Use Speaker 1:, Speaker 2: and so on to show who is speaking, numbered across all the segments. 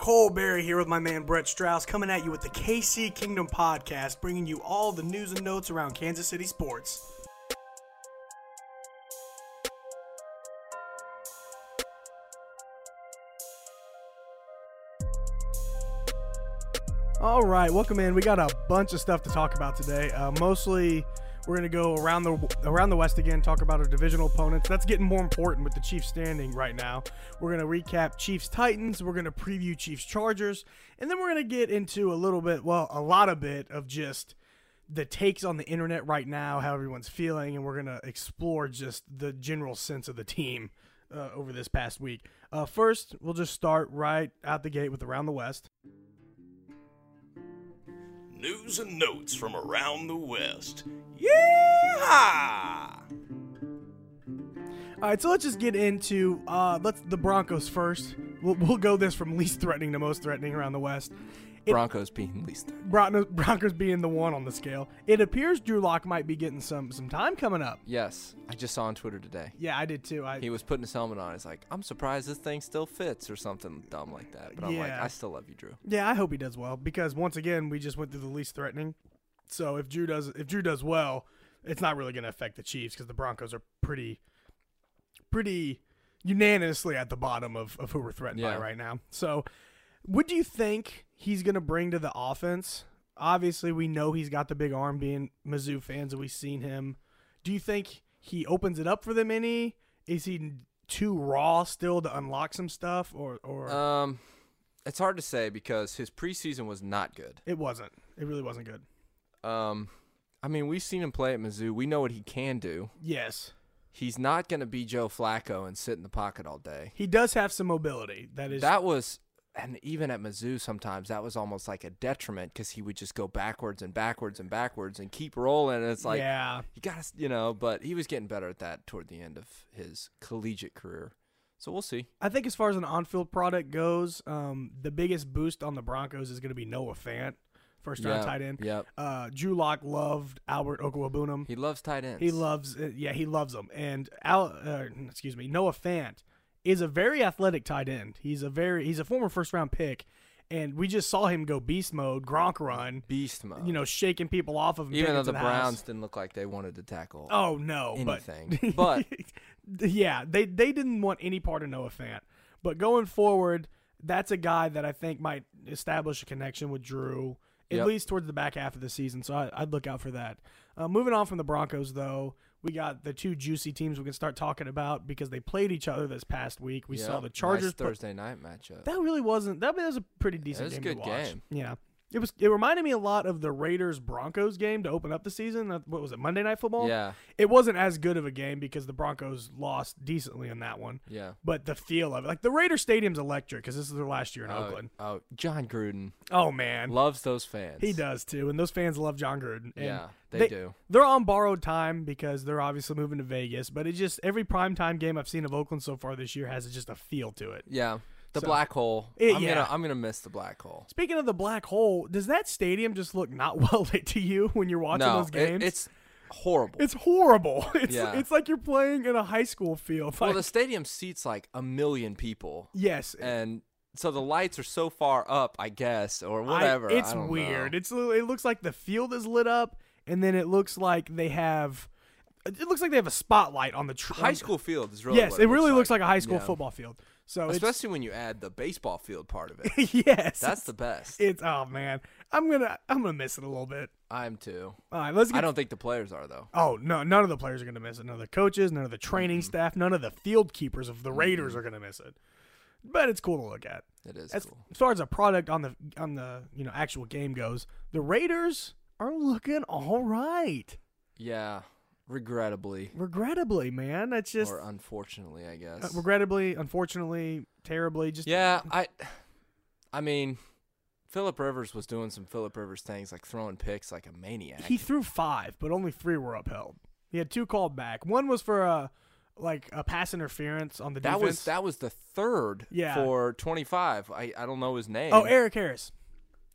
Speaker 1: Colberry here with my man Brett Strauss coming at you with the KC Kingdom podcast, bringing you all the news and notes around Kansas City sports. All right, welcome in. We got a bunch of stuff to talk about today. Uh, mostly, we're gonna go around the around the West again, talk about our divisional opponents. That's getting more important with the Chiefs standing right now. We're gonna recap Chiefs Titans. We're gonna preview Chiefs Chargers, and then we're gonna get into a little bit, well, a lot of bit of just the takes on the internet right now, how everyone's feeling, and we're gonna explore just the general sense of the team uh, over this past week. Uh, first, we'll just start right out the gate with around the West.
Speaker 2: News and notes from around the West. Yeah!
Speaker 1: All right, so let's just get into uh, let's the Broncos first. We'll, we'll go this from least threatening to most threatening around the West. It-
Speaker 3: Broncos being least.
Speaker 1: Broncos, Broncos being the one on the scale. It appears Drew Lock might be getting some some time coming up.
Speaker 3: Yes, I just saw on Twitter today.
Speaker 1: Yeah, I did too. I
Speaker 3: He was putting his helmet on. He's like, "I'm surprised this thing still fits" or something dumb like that. But I'm like,
Speaker 1: Yeah.
Speaker 3: I still love you, Drew.
Speaker 1: yeah, I hope he does well because once again we just went through the least threatening. So if Drew does if Drew does well, it's not really going to affect the Chiefs because the Broncos are pretty pretty unanimously at the bottom of of who we're threatened
Speaker 3: Yeah.
Speaker 1: by right now. So what do you think he's going to bring to the offense? Obviously, we know he's got the big arm. Being Mizzou fans, and we've seen him. Do you think he opens it up for them any? Is he too raw still to unlock some stuff, or or
Speaker 3: Um, it's hard to say because his preseason was not good.
Speaker 1: it wasn't? It really wasn't good.
Speaker 3: Um, I mean, we've seen him play at Mizzou. We know what he can do.
Speaker 1: Yes,
Speaker 3: He's not gonna be Joe Flacco and sit in the pocket all day.
Speaker 1: he does have some mobility. That is
Speaker 3: That was, and even at Mizzou, sometimes that was almost like a detriment because he would just go backwards and backwards and backwards and keep rolling. And it's like,
Speaker 1: yeah.
Speaker 3: you gotta s- you know but he was getting better at that toward the end of his collegiate career so we'll see
Speaker 1: I think as far as an on-field product goes, um, the biggest boost on the Broncos is going to be Noah Fant, first-round
Speaker 3: Yeah,
Speaker 1: tight end.
Speaker 3: yep.
Speaker 1: Uh, Drew Lock loved Albert Okwabunum.
Speaker 3: he loves tight ends
Speaker 1: He loves, uh, yeah, he loves them. And Al, uh, excuse me, Noah Fant is a very athletic tight end. He's a very, he's a former first round pick, and we just saw him go beast mode, Gronk run,
Speaker 3: beast mode
Speaker 1: you know, shaking people off of him.
Speaker 3: even
Speaker 1: taking
Speaker 3: though
Speaker 1: to
Speaker 3: the, browns
Speaker 1: house.
Speaker 3: didn't look like they wanted to tackle
Speaker 1: oh no,
Speaker 3: anything,
Speaker 1: but
Speaker 3: but-
Speaker 1: yeah, they they didn't want any part of Noah Fant. But going forward, that's a guy that I think might establish a connection with Drew. At
Speaker 3: Yep.
Speaker 1: least towards the back half of the season, so I, I'd look out for that. Uh, moving on from the Broncos, though, we got the two juicy teams we can start talking about because they played each other this past week. We
Speaker 3: Yep.
Speaker 1: saw the Chargers.
Speaker 3: nice
Speaker 1: pl-
Speaker 3: thursday night matchup
Speaker 1: that really wasn't. That was a pretty decent
Speaker 3: was a
Speaker 1: game to
Speaker 3: good
Speaker 1: watch.
Speaker 3: game.
Speaker 1: Yeah, it was. It reminded me a lot of the Raiders Broncos game to open up the season. Uh, What was it? Monday Night Football.
Speaker 3: yeah
Speaker 1: It wasn't as good of a game because the Broncos lost decently in that one.
Speaker 3: yeah
Speaker 1: But the feel of it, like the Raider Stadium's electric because this is their last year in
Speaker 3: Oh,
Speaker 1: Oakland.
Speaker 3: oh, John Gruden
Speaker 1: Oh man,
Speaker 3: loves those fans.
Speaker 1: he does too, and those fans love John Gruden. And
Speaker 3: Yeah, they do.
Speaker 1: They're on borrowed time because they're obviously moving to Vegas. But it just every primetime game I've seen of Oakland so far this year has just a feel to it.
Speaker 3: Yeah, the
Speaker 1: So-
Speaker 3: black hole.
Speaker 1: It-
Speaker 3: I'm
Speaker 1: yeah.
Speaker 3: gonna, I'm gonna miss the black hole.
Speaker 1: Speaking of the black hole, does that stadium just look not well lit to you when you're watching
Speaker 3: no,
Speaker 1: those
Speaker 3: it-
Speaker 1: games?
Speaker 3: it's horrible.
Speaker 1: it's horrible. It's
Speaker 3: Yeah.
Speaker 1: it's like you're playing in a high school field.
Speaker 3: well,
Speaker 1: Like-
Speaker 3: the stadium seats like a million people.
Speaker 1: yes,
Speaker 3: and so the lights are so far up, I guess, or
Speaker 1: I-
Speaker 3: whatever.
Speaker 1: it's weird. It's li- it looks like the field is lit up, and then it looks like they have. It looks like they have a spotlight on the tr-
Speaker 3: High
Speaker 1: on-
Speaker 3: school field is really
Speaker 1: Yes,
Speaker 3: what
Speaker 1: it really looks
Speaker 3: looks
Speaker 1: like a high school
Speaker 3: Yeah.
Speaker 1: football field. So
Speaker 3: especially when you add the baseball field part of it.
Speaker 1: it's yes,
Speaker 3: That's the best.
Speaker 1: it's oh man, I'm gonna I'm gonna miss it a little bit.
Speaker 3: I'm too.
Speaker 1: All right, let's get.
Speaker 3: I don't think the players are though.
Speaker 1: oh no, none of the players are gonna miss it. None of the coaches, none of the training staff, none of the field keepers of the Raiders are gonna miss it. But it's cool to look at.
Speaker 3: It is
Speaker 1: As,
Speaker 3: cool.
Speaker 1: as far as a product on the on the you know actual game goes, the Raiders are looking all right.
Speaker 3: Yeah, regrettably
Speaker 1: regrettably, man. That's just
Speaker 3: or unfortunately, I guess.
Speaker 1: uh, regrettably, unfortunately, terribly. Just
Speaker 3: yeah, I. I mean, Philip Rivers was doing some Philip Rivers things, like throwing picks like a maniac.
Speaker 1: he threw five, but only three were upheld. He had two called back. One was for a like a pass interference on the
Speaker 3: that
Speaker 1: defense.
Speaker 3: was that was the third
Speaker 1: Yeah.
Speaker 3: for 25. I I don't know his name.
Speaker 1: oh, Eric Oh, Harris.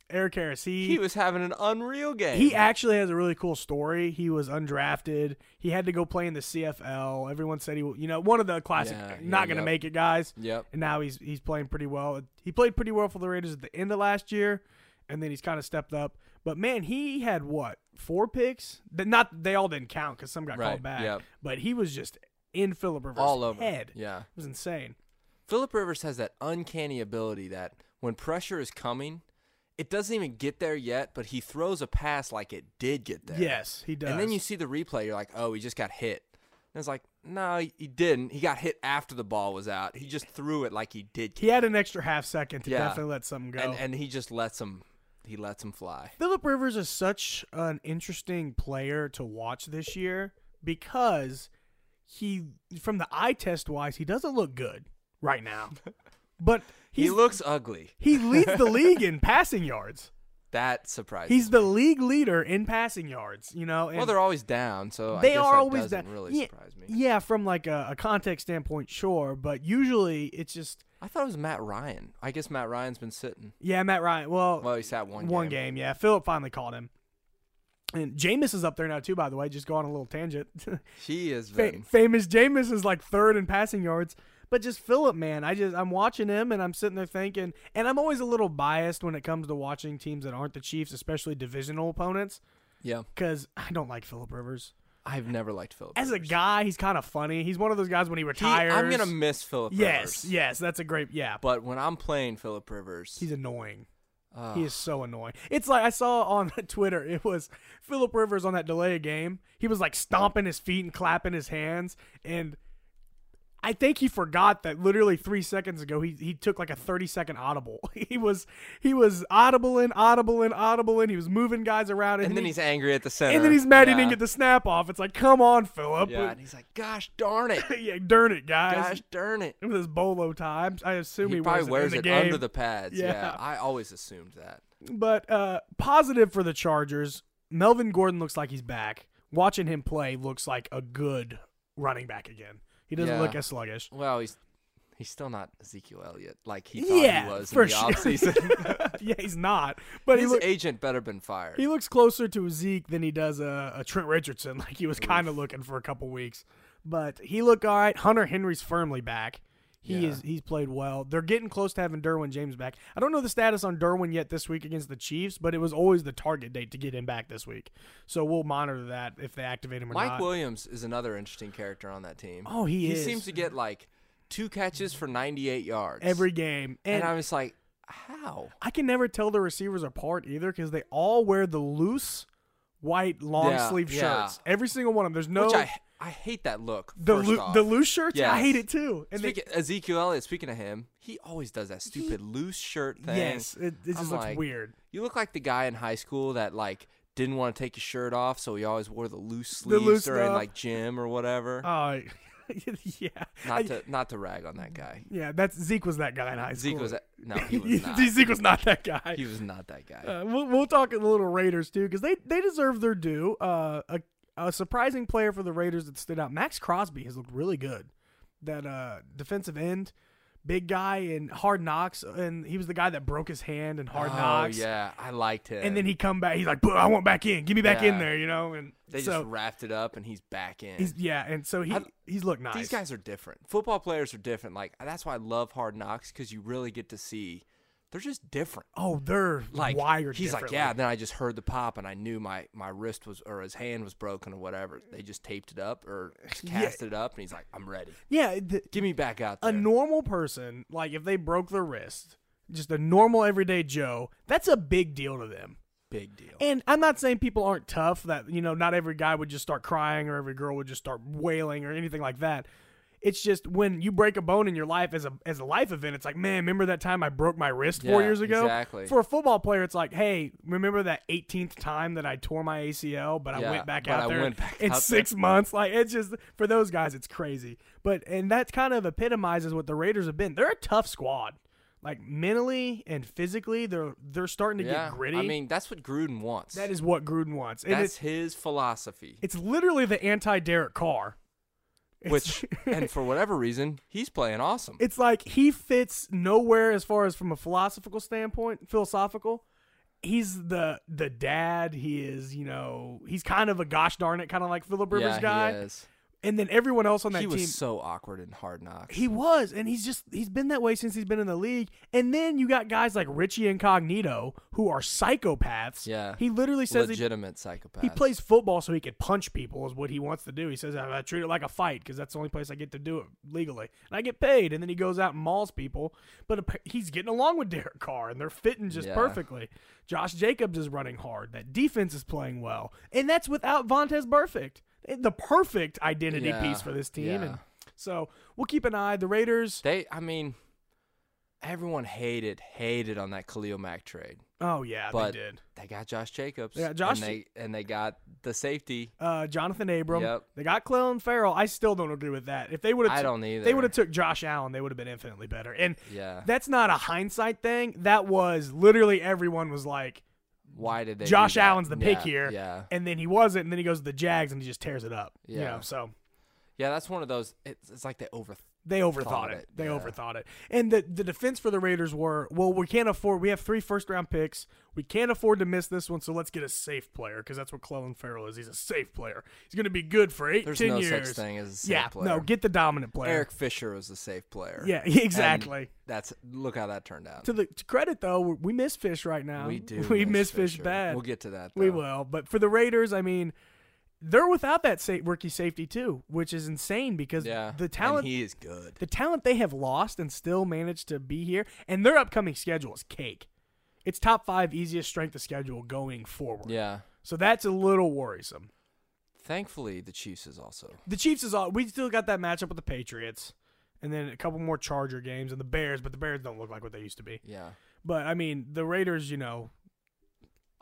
Speaker 1: Eric Harris. He
Speaker 3: He was having an unreal game.
Speaker 1: He actually has a really cool story. He was undrafted. He had to go play in the CFL. Everyone said he, w- you know, one of the classic,
Speaker 3: Yeah, yeah,
Speaker 1: not going to
Speaker 3: yep.
Speaker 1: make it guys.
Speaker 3: Yep.
Speaker 1: And now he's he's playing pretty well. He played pretty well for the Raiders at the end of last year, and then he's kind of stepped up. But man, he had what four picks? Th- Not they all didn't count because some got
Speaker 3: Right,
Speaker 1: called back.
Speaker 3: yep.
Speaker 1: But he was just in Philip Rivers'
Speaker 3: all over.
Speaker 1: head.
Speaker 3: Yeah.
Speaker 1: It was insane.
Speaker 3: Philip Rivers has that uncanny ability that when pressure is coming, it doesn't even get there yet, but he throws a pass like it did get there.
Speaker 1: Yes, he does.
Speaker 3: And then you see the replay, you're like, oh, he just got hit. And it's like, no, he he didn't. He got hit after the ball was out. He just threw it like he did.
Speaker 1: he had an extra half second to
Speaker 3: Yeah.
Speaker 1: definitely let something go.
Speaker 3: and and he just lets him he lets him fly.
Speaker 1: Philip Rivers is such an interesting player to watch this year because he, from the eye test wise, he doesn't look good right now. But
Speaker 3: He
Speaker 1: he's,
Speaker 3: looks ugly.
Speaker 1: he leads the league in passing yards.
Speaker 3: That surprises.
Speaker 1: He's the league leader in passing yards. You know, and
Speaker 3: well, they're always down, so I
Speaker 1: they
Speaker 3: guess
Speaker 1: are
Speaker 3: that
Speaker 1: always
Speaker 3: doesn't
Speaker 1: that.
Speaker 3: really
Speaker 1: yeah,
Speaker 3: surprise me.
Speaker 1: yeah, from like a, a context standpoint, sure, but usually it's just
Speaker 3: I thought it was Matt Ryan. I guess Matt Ryan's been sitting.
Speaker 1: yeah, Matt Ryan. Well,
Speaker 3: Well, he sat one
Speaker 1: one game. yeah. Philip finally called him. And Jameis is up there now too, by the way. Just go on a little tangent.
Speaker 3: He has
Speaker 1: Fa-
Speaker 3: been.
Speaker 1: famous Jameis is like third in passing yards. But just Philip, man, I just I'm watching him and I'm sitting there thinking, and I'm always a little biased when it comes to watching teams that aren't the Chiefs, especially divisional opponents,
Speaker 3: Yeah,
Speaker 1: because I don't like Philip Rivers
Speaker 3: I've never liked Philip.
Speaker 1: as a
Speaker 3: Rivers.
Speaker 1: guy. He's kind of funny. He's one of those guys when he
Speaker 3: He-
Speaker 1: retires.
Speaker 3: I'm gonna miss Philip.
Speaker 1: yes,
Speaker 3: Rivers.
Speaker 1: yes, that's a great yeah. But
Speaker 3: But when I'm playing Philip Rivers,
Speaker 1: he's annoying.
Speaker 3: uh,
Speaker 1: He is so annoying. It's like I saw on Twitter. It was Philip Rivers on that delay of game. He was like stomping his feet and clapping his hands, and I think he forgot that literally three seconds ago he, he took like a thirty second audible. He was he was audible and audible and audible and he was moving guys around, and,
Speaker 3: and then
Speaker 1: he-
Speaker 3: he's angry at the center.
Speaker 1: and then he's mad
Speaker 3: yeah.
Speaker 1: he didn't get the snap off. It's like come on, Philip.
Speaker 3: Yeah, and he's like, "Gosh darn it!
Speaker 1: Yeah, darn it, guys.
Speaker 3: Gosh darn it!"
Speaker 1: With his bolo times, I assume he,
Speaker 3: He probably
Speaker 1: wears
Speaker 3: wears
Speaker 1: it, in
Speaker 3: it
Speaker 1: the game.
Speaker 3: under the pads. Yeah.
Speaker 1: Yeah.
Speaker 3: I always assumed that.
Speaker 1: But uh, positive for the Chargers, Melvin Gordon looks like he's back. Watching him play looks like a good running back again. He doesn't
Speaker 3: Yeah.
Speaker 1: look as sluggish.
Speaker 3: Well, he's he's still not Ezekiel Elliott like he thought
Speaker 1: Yeah,
Speaker 3: he was
Speaker 1: for
Speaker 3: in the
Speaker 1: sure.
Speaker 3: offseason.
Speaker 1: yeah, he's not. But he,
Speaker 3: His
Speaker 1: look,
Speaker 3: agent better been fired.
Speaker 1: he looks closer to Zeke than he does a, a Trent Richardson, like he was kind of looking for a couple weeks. But he looked all right. Hunter Henry's firmly back. He
Speaker 3: Yeah.
Speaker 1: is he's played well. They're getting close to having Derwin James back. I don't know the status on Derwin yet this week against the Chiefs, but it was always the target date to get him back this week. So we'll monitor that if they activate him or
Speaker 3: Mike
Speaker 1: not.
Speaker 3: Williams is another interesting character on that team.
Speaker 1: Oh, he is.
Speaker 3: He seems to get like two catches for 98 yards
Speaker 1: every game. And,
Speaker 3: And I was like, how?
Speaker 1: I can never tell the receivers apart either because they all wear the loose white long
Speaker 3: Yeah,
Speaker 1: sleeve
Speaker 3: yeah.
Speaker 1: shirts. Every single one of them. There's no
Speaker 3: Which I I hate that look.
Speaker 1: the
Speaker 3: first
Speaker 1: loo-
Speaker 3: off.
Speaker 1: the loose shirts. I
Speaker 3: Yes.
Speaker 1: hate it too. And they,
Speaker 3: Speaking, Ezekiel Elliott. Speaking of him, he always does that stupid loose shirt thing.
Speaker 1: yes, it, it just
Speaker 3: I'm
Speaker 1: looks
Speaker 3: like,
Speaker 1: weird.
Speaker 3: You look like the guy in high school that like didn't want to take his shirt off, so he always wore the loose
Speaker 1: The
Speaker 3: sleeves
Speaker 1: loose
Speaker 3: during
Speaker 1: stuff.
Speaker 3: like gym or whatever.
Speaker 1: Uh, yeah, I-
Speaker 3: not to not to rag on that guy.
Speaker 1: yeah. That's Zeke was that guy in high school.
Speaker 3: Zeke was no, he was not.
Speaker 1: Zeke was not that guy.
Speaker 3: He was not that guy.
Speaker 1: Uh, we'll, we'll talk a little Raiders too, because they, they deserve their due. Uh, a, a surprising player for the Raiders that stood out, Max Crosby, has looked really good. That uh, defensive end, big guy in Hard Knocks, and he was the guy that broke his hand in Hard
Speaker 3: oh
Speaker 1: Knocks.
Speaker 3: yeah, I liked him.
Speaker 1: And then he come back. He's like, "Boo, I want back in. Give me back in
Speaker 3: Yeah.
Speaker 1: there, you know. And
Speaker 3: they
Speaker 1: so
Speaker 3: just wrapped it up, and he's back in.
Speaker 1: he's yeah, and so he
Speaker 3: I-
Speaker 1: he's looked nice.
Speaker 3: These guys are different. Football players are different. Like that's why I love Hard Knocks because you really get to see they're just different.
Speaker 1: oh, they're
Speaker 3: Like
Speaker 1: wired.
Speaker 3: he's like,
Speaker 1: differently.
Speaker 3: yeah. Then I just heard the pop, and I knew my my wrist was or his hand was broken or whatever. They just taped it up or cast it up, and he's like, I'm ready.
Speaker 1: yeah. th-
Speaker 3: Give me back out
Speaker 1: a
Speaker 3: there.
Speaker 1: normal person, like if they broke their wrist, just a normal everyday Joe, that's a big deal to them.
Speaker 3: Big deal.
Speaker 1: And I'm not saying people aren't tough, that, you know, not every guy would just start crying or every girl would just start wailing or anything like that. It's just when you break a bone in your life as a as a life event, it's like, man, remember that time I broke my wrist four
Speaker 3: Yeah,
Speaker 1: years ago?
Speaker 3: exactly.
Speaker 1: For a football player, it's like, hey, remember that 18th time that I tore my ACL, but I
Speaker 3: Yeah,
Speaker 1: went back
Speaker 3: but
Speaker 1: out
Speaker 3: I
Speaker 1: there
Speaker 3: went back
Speaker 1: in
Speaker 3: out there.
Speaker 1: six months. Like it's just for those guys, it's crazy. But and that kind of epitomizes what the Raiders have been. They're a tough squad. Like mentally and physically, they're they're starting to
Speaker 3: yeah,
Speaker 1: get gritty.
Speaker 3: I mean that's what Gruden wants.
Speaker 1: That is what Gruden wants. And
Speaker 3: that's
Speaker 1: it's,
Speaker 3: his philosophy.
Speaker 1: it's literally the anti Derek Carr. It's-
Speaker 3: Which and for whatever reason, he's playing awesome.
Speaker 1: it's like he fits nowhere as far as from a philosophical standpoint, philosophical, he's the the dad. He is you know he's kind of a gosh darn it kind of like Philip Rivers
Speaker 3: yeah,
Speaker 1: guy.
Speaker 3: He, is.
Speaker 1: And then everyone else on that
Speaker 3: he
Speaker 1: team,
Speaker 3: was so awkward in Hard Knocks.
Speaker 1: he was, and he's just he's been that way since he's been in the league. And then you got guys like Richie Incognito who are psychopaths.
Speaker 3: Yeah.
Speaker 1: he literally says he,
Speaker 3: Legitimate psychopath.
Speaker 1: he plays football so he could punch people is what he wants to do. He says I, I treat it like a fight because that's the only place I get to do it legally, and I get paid. And then he goes out and mauls people. But appa- he's getting along with Derek Carr, and they're fitting just
Speaker 3: Yeah.
Speaker 1: perfectly. Josh Jacobs is running hard. That defense is playing well, and that's without Vontez Perfect, Eh, the perfect identity
Speaker 3: Yeah,
Speaker 1: piece for this team.
Speaker 3: yeah.
Speaker 1: And so we'll keep an eye. The Raiders.
Speaker 3: They, I mean, everyone hated, hated on that Khalil Mack trade.
Speaker 1: Oh yeah,
Speaker 3: But
Speaker 1: they did.
Speaker 3: They got Josh Jacobs.
Speaker 1: They got Josh-
Speaker 3: And they, and they got the safety.
Speaker 1: Uh, Jonathan Abram.
Speaker 3: Yep.
Speaker 1: They got Clellan Farrell. I still don't agree with that. If they would have,
Speaker 3: I don't either.
Speaker 1: They would have took Josh Allen. They would have been infinitely better. And
Speaker 3: Yeah.
Speaker 1: that's not a hindsight thing. That was literally everyone was like,
Speaker 3: Why did they? do
Speaker 1: Josh
Speaker 3: that?
Speaker 1: Allen's the pick
Speaker 3: Yeah,
Speaker 1: here.
Speaker 3: Yeah.
Speaker 1: and then he wasn't, and then he goes to the Jags and he just tears it up. You
Speaker 3: Yeah.
Speaker 1: know, so
Speaker 3: Yeah, that's one of those. It's, it's like they over.
Speaker 1: They overthought
Speaker 3: Thought
Speaker 1: it.
Speaker 3: it,
Speaker 1: They
Speaker 3: yeah.
Speaker 1: overthought it. And the, the defense for the Raiders were, well, we can't afford. We have three first round picks. We can't afford to miss this one, so let's get a safe player because that's what Clellan Farrell is. He's a safe player. He's going to be good for eight,
Speaker 3: There's
Speaker 1: ten
Speaker 3: no
Speaker 1: years.
Speaker 3: such thing as a safe
Speaker 1: yeah,
Speaker 3: player.
Speaker 1: no, get the dominant player.
Speaker 3: Eric Fisher was the safe player.
Speaker 1: Yeah,
Speaker 3: And
Speaker 1: exactly.
Speaker 3: That's look how that turned out.
Speaker 1: To the to credit though, we- we miss Fish right now.
Speaker 3: we do.
Speaker 1: We miss Fish
Speaker 3: Fisher.
Speaker 1: bad.
Speaker 3: We'll get to that.
Speaker 1: We
Speaker 3: though.
Speaker 1: will. But for the Raiders, I mean, they're without that sa- rookie safety too, which is insane because
Speaker 3: Yeah.
Speaker 1: the talent
Speaker 3: And he is good.
Speaker 1: the talent they have lost and still managed to be here, and their upcoming schedule is cake. It's top five easiest strength of schedule going forward.
Speaker 3: Yeah.
Speaker 1: So that's a little worrisome.
Speaker 3: Thankfully, the Chiefs is also.
Speaker 1: The Chiefs is all we still got that matchup with the Patriots, and then a couple more Charger games and the Bears, but the Bears don't look like what they used to be.
Speaker 3: Yeah.
Speaker 1: But I mean, the Raiders, you know,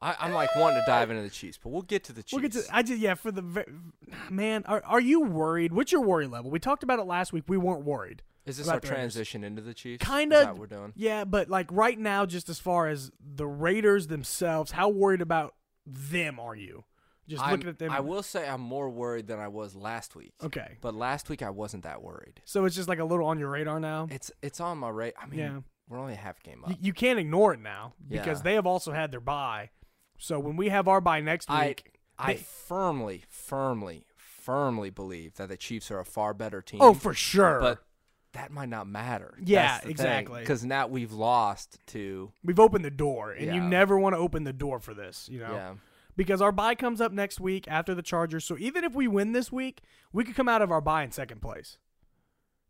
Speaker 3: I, I'm like wanting to dive into the Chiefs, but we'll get to the Chiefs.
Speaker 1: we'll get to. I just yeah for the ve- man, are are you worried? What's your worry level? We talked about it last week. We weren't worried.
Speaker 3: is this
Speaker 1: about
Speaker 3: our
Speaker 1: the Raiders.
Speaker 3: transition into the Chiefs? Is
Speaker 1: Kind of.
Speaker 3: that what we're doing.
Speaker 1: Yeah, but like right now, just as far as the Raiders themselves, how worried about them are you? Just
Speaker 3: I'm-
Speaker 1: looking at them.
Speaker 3: I will say I'm more worried than I was last week.
Speaker 1: Okay.
Speaker 3: But last week I wasn't that worried.
Speaker 1: So it's just like a little on your radar now.
Speaker 3: It's it's on my rate. I mean,
Speaker 1: Yeah.
Speaker 3: we're only a half game up.
Speaker 1: You, you can't ignore it now because
Speaker 3: Yeah.
Speaker 1: they have also had their bye. So when we have our bye next
Speaker 3: I
Speaker 1: week,
Speaker 3: I
Speaker 1: they-
Speaker 3: firmly, firmly, firmly believe that the Chiefs are a far better team.
Speaker 1: oh for sure,
Speaker 3: but that might not matter.
Speaker 1: Yeah, exactly.
Speaker 3: Because now we've lost to
Speaker 1: we've opened the door, and you
Speaker 3: Yeah.
Speaker 1: never want to open the door for this, you know,
Speaker 3: yeah.
Speaker 1: because our bye comes up next week after the Chargers. So even if we win this week, we could come out of our bye in second place.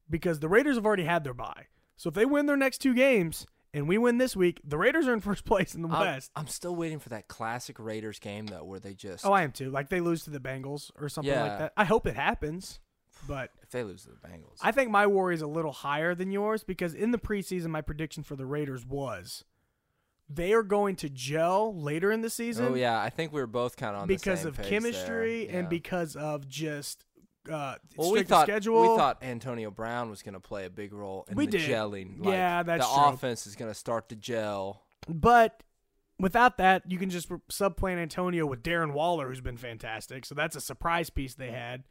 Speaker 1: because the Raiders have already had their bye. So if they win their next two games and we win this week, the Raiders are in first place in the
Speaker 3: I'm,
Speaker 1: West.
Speaker 3: I'm still waiting for that classic Raiders game though, where they just
Speaker 1: oh, I am too. Like they lose to the Bengals or something like
Speaker 3: Yeah.
Speaker 1: that. I hope it happens, but
Speaker 3: if they lose to the Bengals,
Speaker 1: I think my worry is a little higher than yours because in the preseason, my prediction for the Raiders was they are going to gel later in the season
Speaker 3: oh yeah, I think we were both kind of on
Speaker 1: because
Speaker 3: the same
Speaker 1: of
Speaker 3: page
Speaker 1: chemistry
Speaker 3: there.
Speaker 1: and
Speaker 3: Yeah.
Speaker 1: because of just uh,
Speaker 3: Well, we
Speaker 1: strict
Speaker 3: thought
Speaker 1: schedule.
Speaker 3: we thought Antonio Brown was going to play a big role in
Speaker 1: We
Speaker 3: the
Speaker 1: did.
Speaker 3: gelling. Like,
Speaker 1: Yeah, that's
Speaker 3: the
Speaker 1: true.
Speaker 3: offense is going to start to gel.
Speaker 1: But without that, you can just subplan Antonio with Darren Waller, who's been fantastic. So that's a surprise piece they had.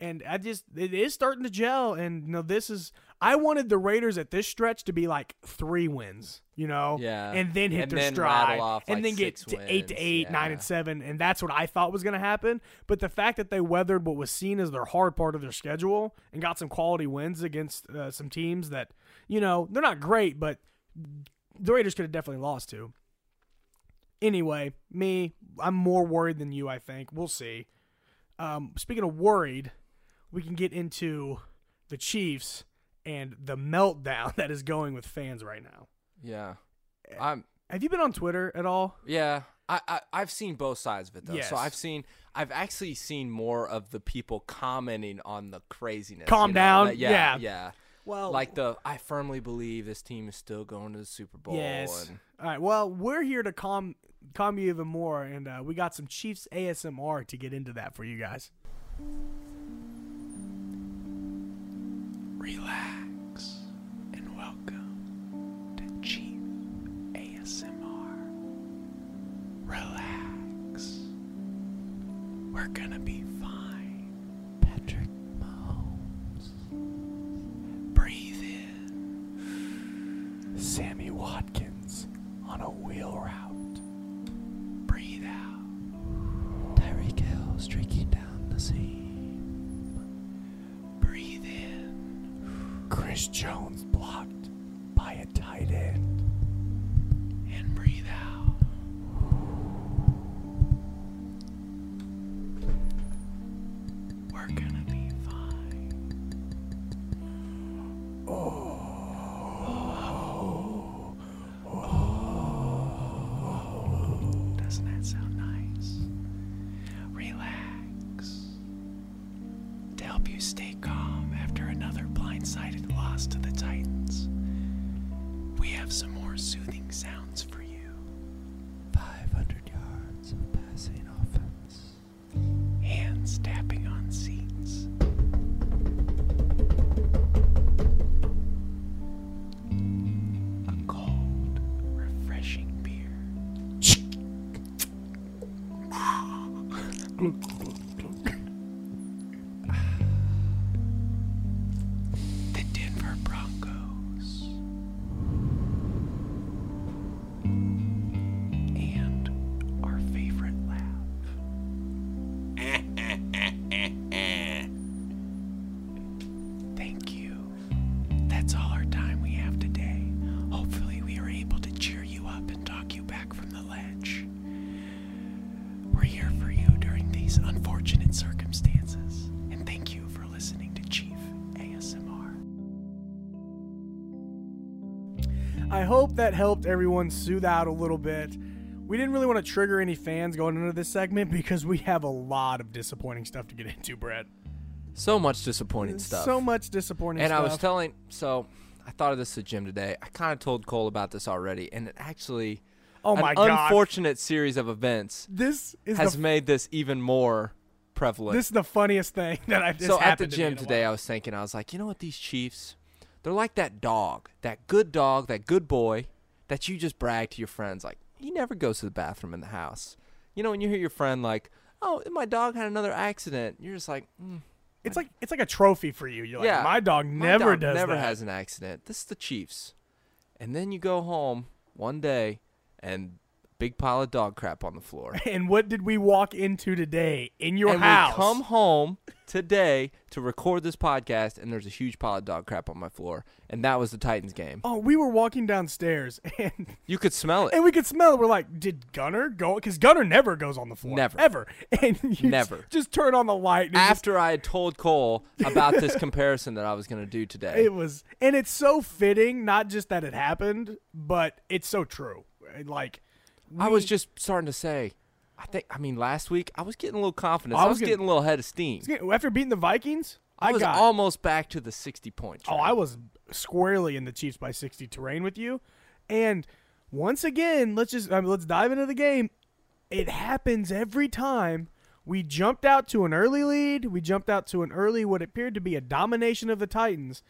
Speaker 1: And I just, it is starting to gel. And, you know, this is, I wanted the Raiders at this stretch to be like three wins, you know?
Speaker 3: Yeah.
Speaker 1: And then hit
Speaker 3: And
Speaker 1: their
Speaker 3: then
Speaker 1: stride.
Speaker 3: rattle off,
Speaker 1: and
Speaker 3: like,
Speaker 1: then get
Speaker 3: six
Speaker 1: to eight to
Speaker 3: wins.
Speaker 1: eight, nine
Speaker 3: Yeah.
Speaker 1: and seven. And that's what I thought was going to happen. But the fact that they weathered what was seen as their hard part of their schedule and got some quality wins against uh, some teams that, you know, they're not great, but the Raiders could have definitely lost to. Anyway, me, I'm more worried than you, I think. We'll see. Um, speaking of worried, we can get into the Chiefs and the meltdown that is going with fans right now.
Speaker 3: Yeah,
Speaker 1: Eh,
Speaker 3: I'm.
Speaker 1: Have you been on Twitter at all?
Speaker 3: Yeah, I, I I've seen both sides of it though.
Speaker 1: Yes.
Speaker 3: So I've seen I've actually seen more of the people commenting on the craziness.
Speaker 1: Calm
Speaker 3: you know,
Speaker 1: down,
Speaker 3: like,
Speaker 1: yeah.
Speaker 3: yeah, yeah.
Speaker 1: Well,
Speaker 3: Like the I firmly believe this team is still going to the Super Bowl.
Speaker 1: yes.
Speaker 3: and-
Speaker 1: All right. Well, we're here to calm calm you even more, and uh, we got some Chiefs ASMR to get into that for you guys.
Speaker 4: Relax and welcome to Chief ASMR. Relax. We're gonna be fine. Patrick Mahomes. Breathe in. Sammy Watkins on a wheel route. Chris Jones blocked by a tight end. And breathe out. We're gonna be fine. Oh. Doesn't that sound nice? Relax to help you stay calm after another blindsided loss to the Titans. We have some more soothing sounds for you. 500 yards of passing offense. Hands tapping on seats. A cold, refreshing beer. the Denver Broncos. And our favorite laugh. Thank you. That's all our time we have today. Hopefully, we are able to cheer you up and talk you back from the ledge. We're here for you during these unfortunate circumstances. And thank you for listening to Chief ASMR.
Speaker 1: I hope that helped everyone soothe out a little bit. We didn't really want to trigger any fans going into this segment because we have a lot of disappointing stuff to get into, Brett.
Speaker 3: So much disappointing stuff.
Speaker 1: So much disappointing
Speaker 3: and
Speaker 1: stuff.
Speaker 3: I was telling, so I thought of this to Jim today. I kind of told Cole about this already, and it actually,
Speaker 1: Oh
Speaker 3: an
Speaker 1: my God.
Speaker 3: unfortunate series of events
Speaker 1: this is
Speaker 3: has
Speaker 1: the,
Speaker 3: made this even more prevalent.
Speaker 1: this is the funniest thing that I've just
Speaker 3: so at the
Speaker 1: happened to me in
Speaker 3: gym
Speaker 1: a
Speaker 3: today, I was thinking, I was like, you know what, these Chiefs, they're like that dog, that good dog, that good boy that you just brag to your friends. Like, he never goes to the bathroom in the house. You know, when you hear your friend, like, oh, my dog had another accident, you're just like, mm,
Speaker 1: while. It's like it's like a trophy for you. You're like,
Speaker 3: yeah,
Speaker 1: my dog
Speaker 3: my
Speaker 1: never
Speaker 3: dog
Speaker 1: does
Speaker 3: never
Speaker 1: that.
Speaker 3: has an accident. This is the Chiefs. And then you go home one day and big pile of dog crap on the floor.
Speaker 1: And what did we walk into today in your
Speaker 3: and
Speaker 1: house?
Speaker 3: we come home today to record this podcast, and there's a huge pile of dog crap on my floor, and that was the Titans game.
Speaker 1: oh, we were walking downstairs and
Speaker 3: You could smell it.
Speaker 1: and we could smell it. We're like, did Gunner go? Because Gunner never goes on the floor.
Speaker 3: Never.
Speaker 1: Ever. And you just-
Speaker 3: Never.
Speaker 1: Just, turn on the light. And it's just-
Speaker 3: After I had told Cole about this comparison that I was going to do today,
Speaker 1: it was, and it's so fitting, not just that it happened, but it's so true. Like,
Speaker 3: I was just starting to say, I think, I mean, last week I was getting a little confidence.
Speaker 1: I
Speaker 3: I
Speaker 1: was
Speaker 3: was
Speaker 1: getting-
Speaker 3: getting a little head of steam.
Speaker 1: after beating the Vikings, I,
Speaker 3: I was
Speaker 1: got.
Speaker 3: almost back to the 60 point.
Speaker 1: oh,
Speaker 3: track.
Speaker 1: I was squarely in the Chiefs by 60 terrain with you. And once again, let's just, I mean, let's dive into the game. It happens every time. We jumped out to an early lead. We jumped out to an early, what appeared to be a domination of the Titans.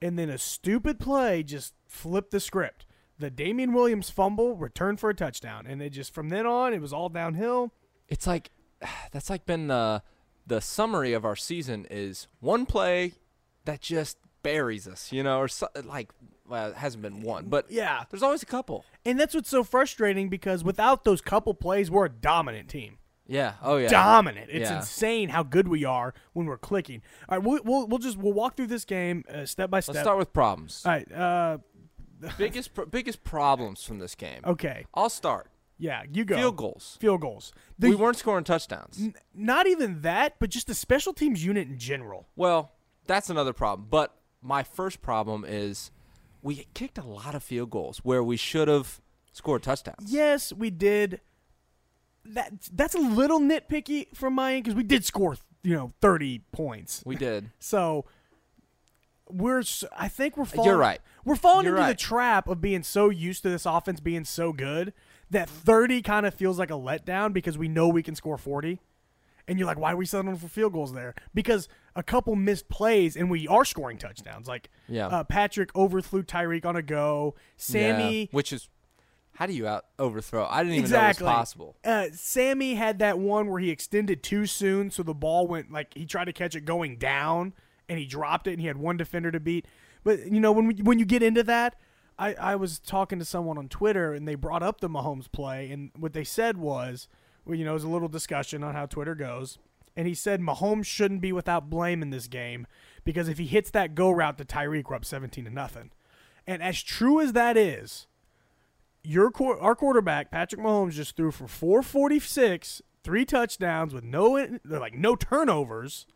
Speaker 1: And then a stupid play just flipped the script. The Damian Williams fumble returned for a touchdown. And it just, from then on, it was all downhill.
Speaker 3: It's like that's like been the the summary of our season is one play that just buries us, you know, or so, like well, it hasn't been one, but
Speaker 1: Yeah.
Speaker 3: there's always a couple.
Speaker 1: And that's what's so frustrating because without those couple plays, we're a dominant team.
Speaker 3: Yeah. Oh yeah.
Speaker 1: dominant. It's
Speaker 3: Yeah.
Speaker 1: insane how good we are when we're clicking. All right, we'll we'll, we'll just we'll walk through this game uh, step by step.
Speaker 3: Let's start with problems.
Speaker 1: All right. Uh,
Speaker 3: biggest pro- biggest problems from this game.
Speaker 1: okay.
Speaker 3: I'll start.
Speaker 1: Yeah, you go.
Speaker 3: Field goals.
Speaker 1: Field goals. The,
Speaker 3: we weren't scoring touchdowns.
Speaker 1: not even that, but just the special teams unit in general.
Speaker 3: Well, that's another problem. But my first problem is we kicked a lot of field goals where we should have scored touchdowns.
Speaker 1: Yes, we did. That that's a little nitpicky from my end because we did score, you know, thirty points.
Speaker 3: We did.
Speaker 1: So we're s- I think we're falling
Speaker 3: You're right.
Speaker 1: We're falling
Speaker 3: You're
Speaker 1: into the
Speaker 3: right.
Speaker 1: trap of being so used to this offense being so good that 30 kind of feels like a letdown because we know we can score 40. And you're like, why are we settling for field goals there? Because a couple missed plays and we are scoring touchdowns. Like
Speaker 3: Yeah.
Speaker 1: uh, Patrick overthrew Tyreek on a go.
Speaker 3: Yeah,
Speaker 1: Sammy
Speaker 3: which is how do you out overthrow? I didn't even
Speaker 1: exactly
Speaker 3: know it was possible.
Speaker 1: Uh, Sammy had that one where he extended too soon, so the ball went like he tried to catch it going down, and he dropped it, and he had one defender to beat. But you know when we, when you get into that, I, I was talking to someone on Twitter, and they brought up the Mahomes play, and what they said was, well, you know, it was a little discussion on how Twitter goes, and he said Mahomes shouldn't be without blame in this game because if he hits that go route to Tyreek, we're up 17 to nothing. And as true as that is, your quar- our quarterback Patrick Mahomes just threw for 446, three touchdowns with no in- like no turnovers,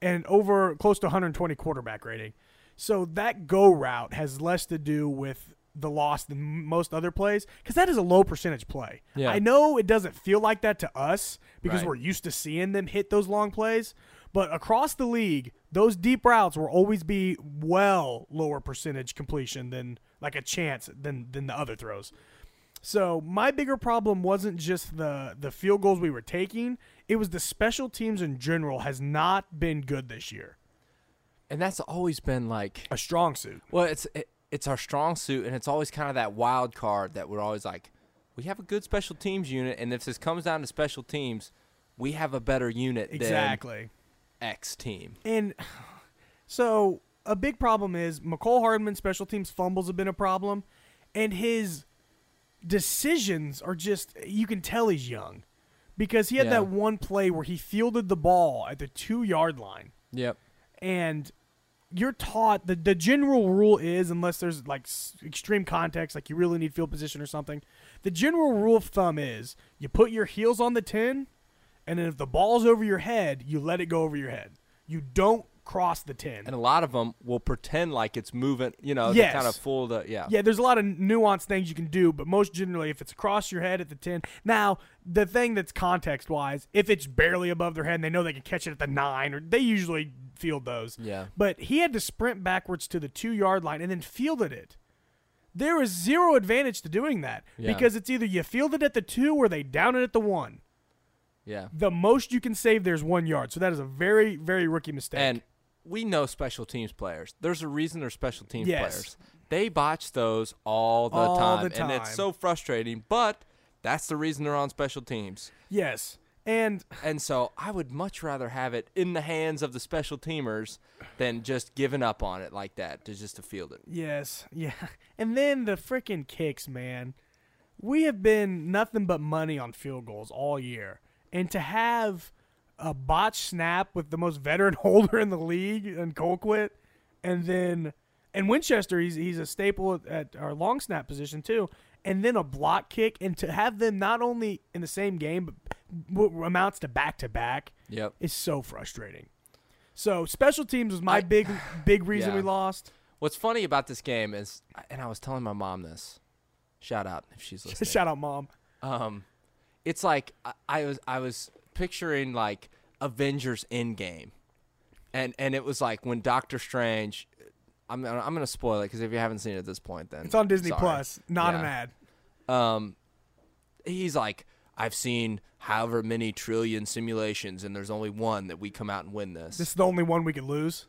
Speaker 1: and over close to 120 quarterback rating. So that go route has less to do with the loss than most other plays because that is a low percentage play.
Speaker 3: Yeah.
Speaker 1: I know it doesn't feel like that to us because
Speaker 3: Right.
Speaker 1: we're used to seeing them hit those long plays, but across the league, those deep routes will always be well lower percentage completion than like a chance than than the other throws. So my bigger problem wasn't just the the field goals we were taking; it was the special teams in general has not been good this year.
Speaker 3: And that's always been like
Speaker 1: A strong suit.
Speaker 3: Well, it's it, it's our strong suit, and it's always kind of that wild card that we're always like, we have a good special teams unit, and if this comes down to special teams, we have a better unit
Speaker 1: Exactly.
Speaker 3: than X team.
Speaker 1: And so a big problem is McCole Hardman's special teams fumbles have been a problem, and his decisions are just you can tell he's young because he had
Speaker 3: Yeah.
Speaker 1: that one play where he fielded the ball at the two yard line
Speaker 3: Yep.
Speaker 1: and you're taught the, the general rule is unless there's like s- extreme context like you really need field position or something the general rule of thumb is you put your heels on the 10 and then if the ball's over your head you let it go over your head you don't cross the 10
Speaker 3: And a lot of them will pretend like it's moving, you know,
Speaker 1: Yes.
Speaker 3: they kind of fool the yeah.
Speaker 1: yeah, there's a lot of nuanced things you can do, but most generally, if it's across your head at the 10. Now, the thing that's context wise, if it's barely above their head and they know they can catch it at the nine, or they usually field those.
Speaker 3: Yeah.
Speaker 1: But he had to sprint backwards to the two yard line and then fielded it. There is zero advantage to doing that
Speaker 3: Yeah.
Speaker 1: because it's either you field it at the two or they down it at the one.
Speaker 3: Yeah.
Speaker 1: The most you can save there is one yard. So that is a very, very rookie mistake.
Speaker 3: And we know special teams players. There's a reason they're special teams
Speaker 1: Yes.
Speaker 3: players. They botch those all the,
Speaker 1: All
Speaker 3: time,
Speaker 1: the
Speaker 3: and
Speaker 1: time.
Speaker 3: it's so frustrating. But that's the reason they're on special teams.
Speaker 1: yes. And
Speaker 3: And so I would much rather have it in the hands of the special teamers than just giving up on it like that to just to field it.
Speaker 1: Yes, yeah. And then the freaking kicks, man. We have been nothing but money on field goals all year. And to have a botch snap with the most veteran holder in the league and Colquitt, and then and Winchester, he's he's a staple at, at our long snap position too. And then a block kick, and to have them not only in the same game, but what amounts to back to back
Speaker 3: Yep.
Speaker 1: is so frustrating. So special teams was my big big reason
Speaker 3: Yeah.
Speaker 1: we lost.
Speaker 3: What's funny about this game is, and I was telling my mom this. Shout out if she's listening.
Speaker 1: Shout out, mom.
Speaker 3: Um, it's like I, I was I was picturing like Avengers Endgame, and and it was like when Doctor Strange. I'm gonna- I'm gonna spoil it because if you haven't seen it at this point, then
Speaker 1: It's on Disney
Speaker 3: sorry.
Speaker 1: Plus, not an
Speaker 3: Yeah.
Speaker 1: ad.
Speaker 3: um, he's like, I've seen however many trillion simulations, and there's only one that we come out and win this.
Speaker 1: This is the only one we could lose.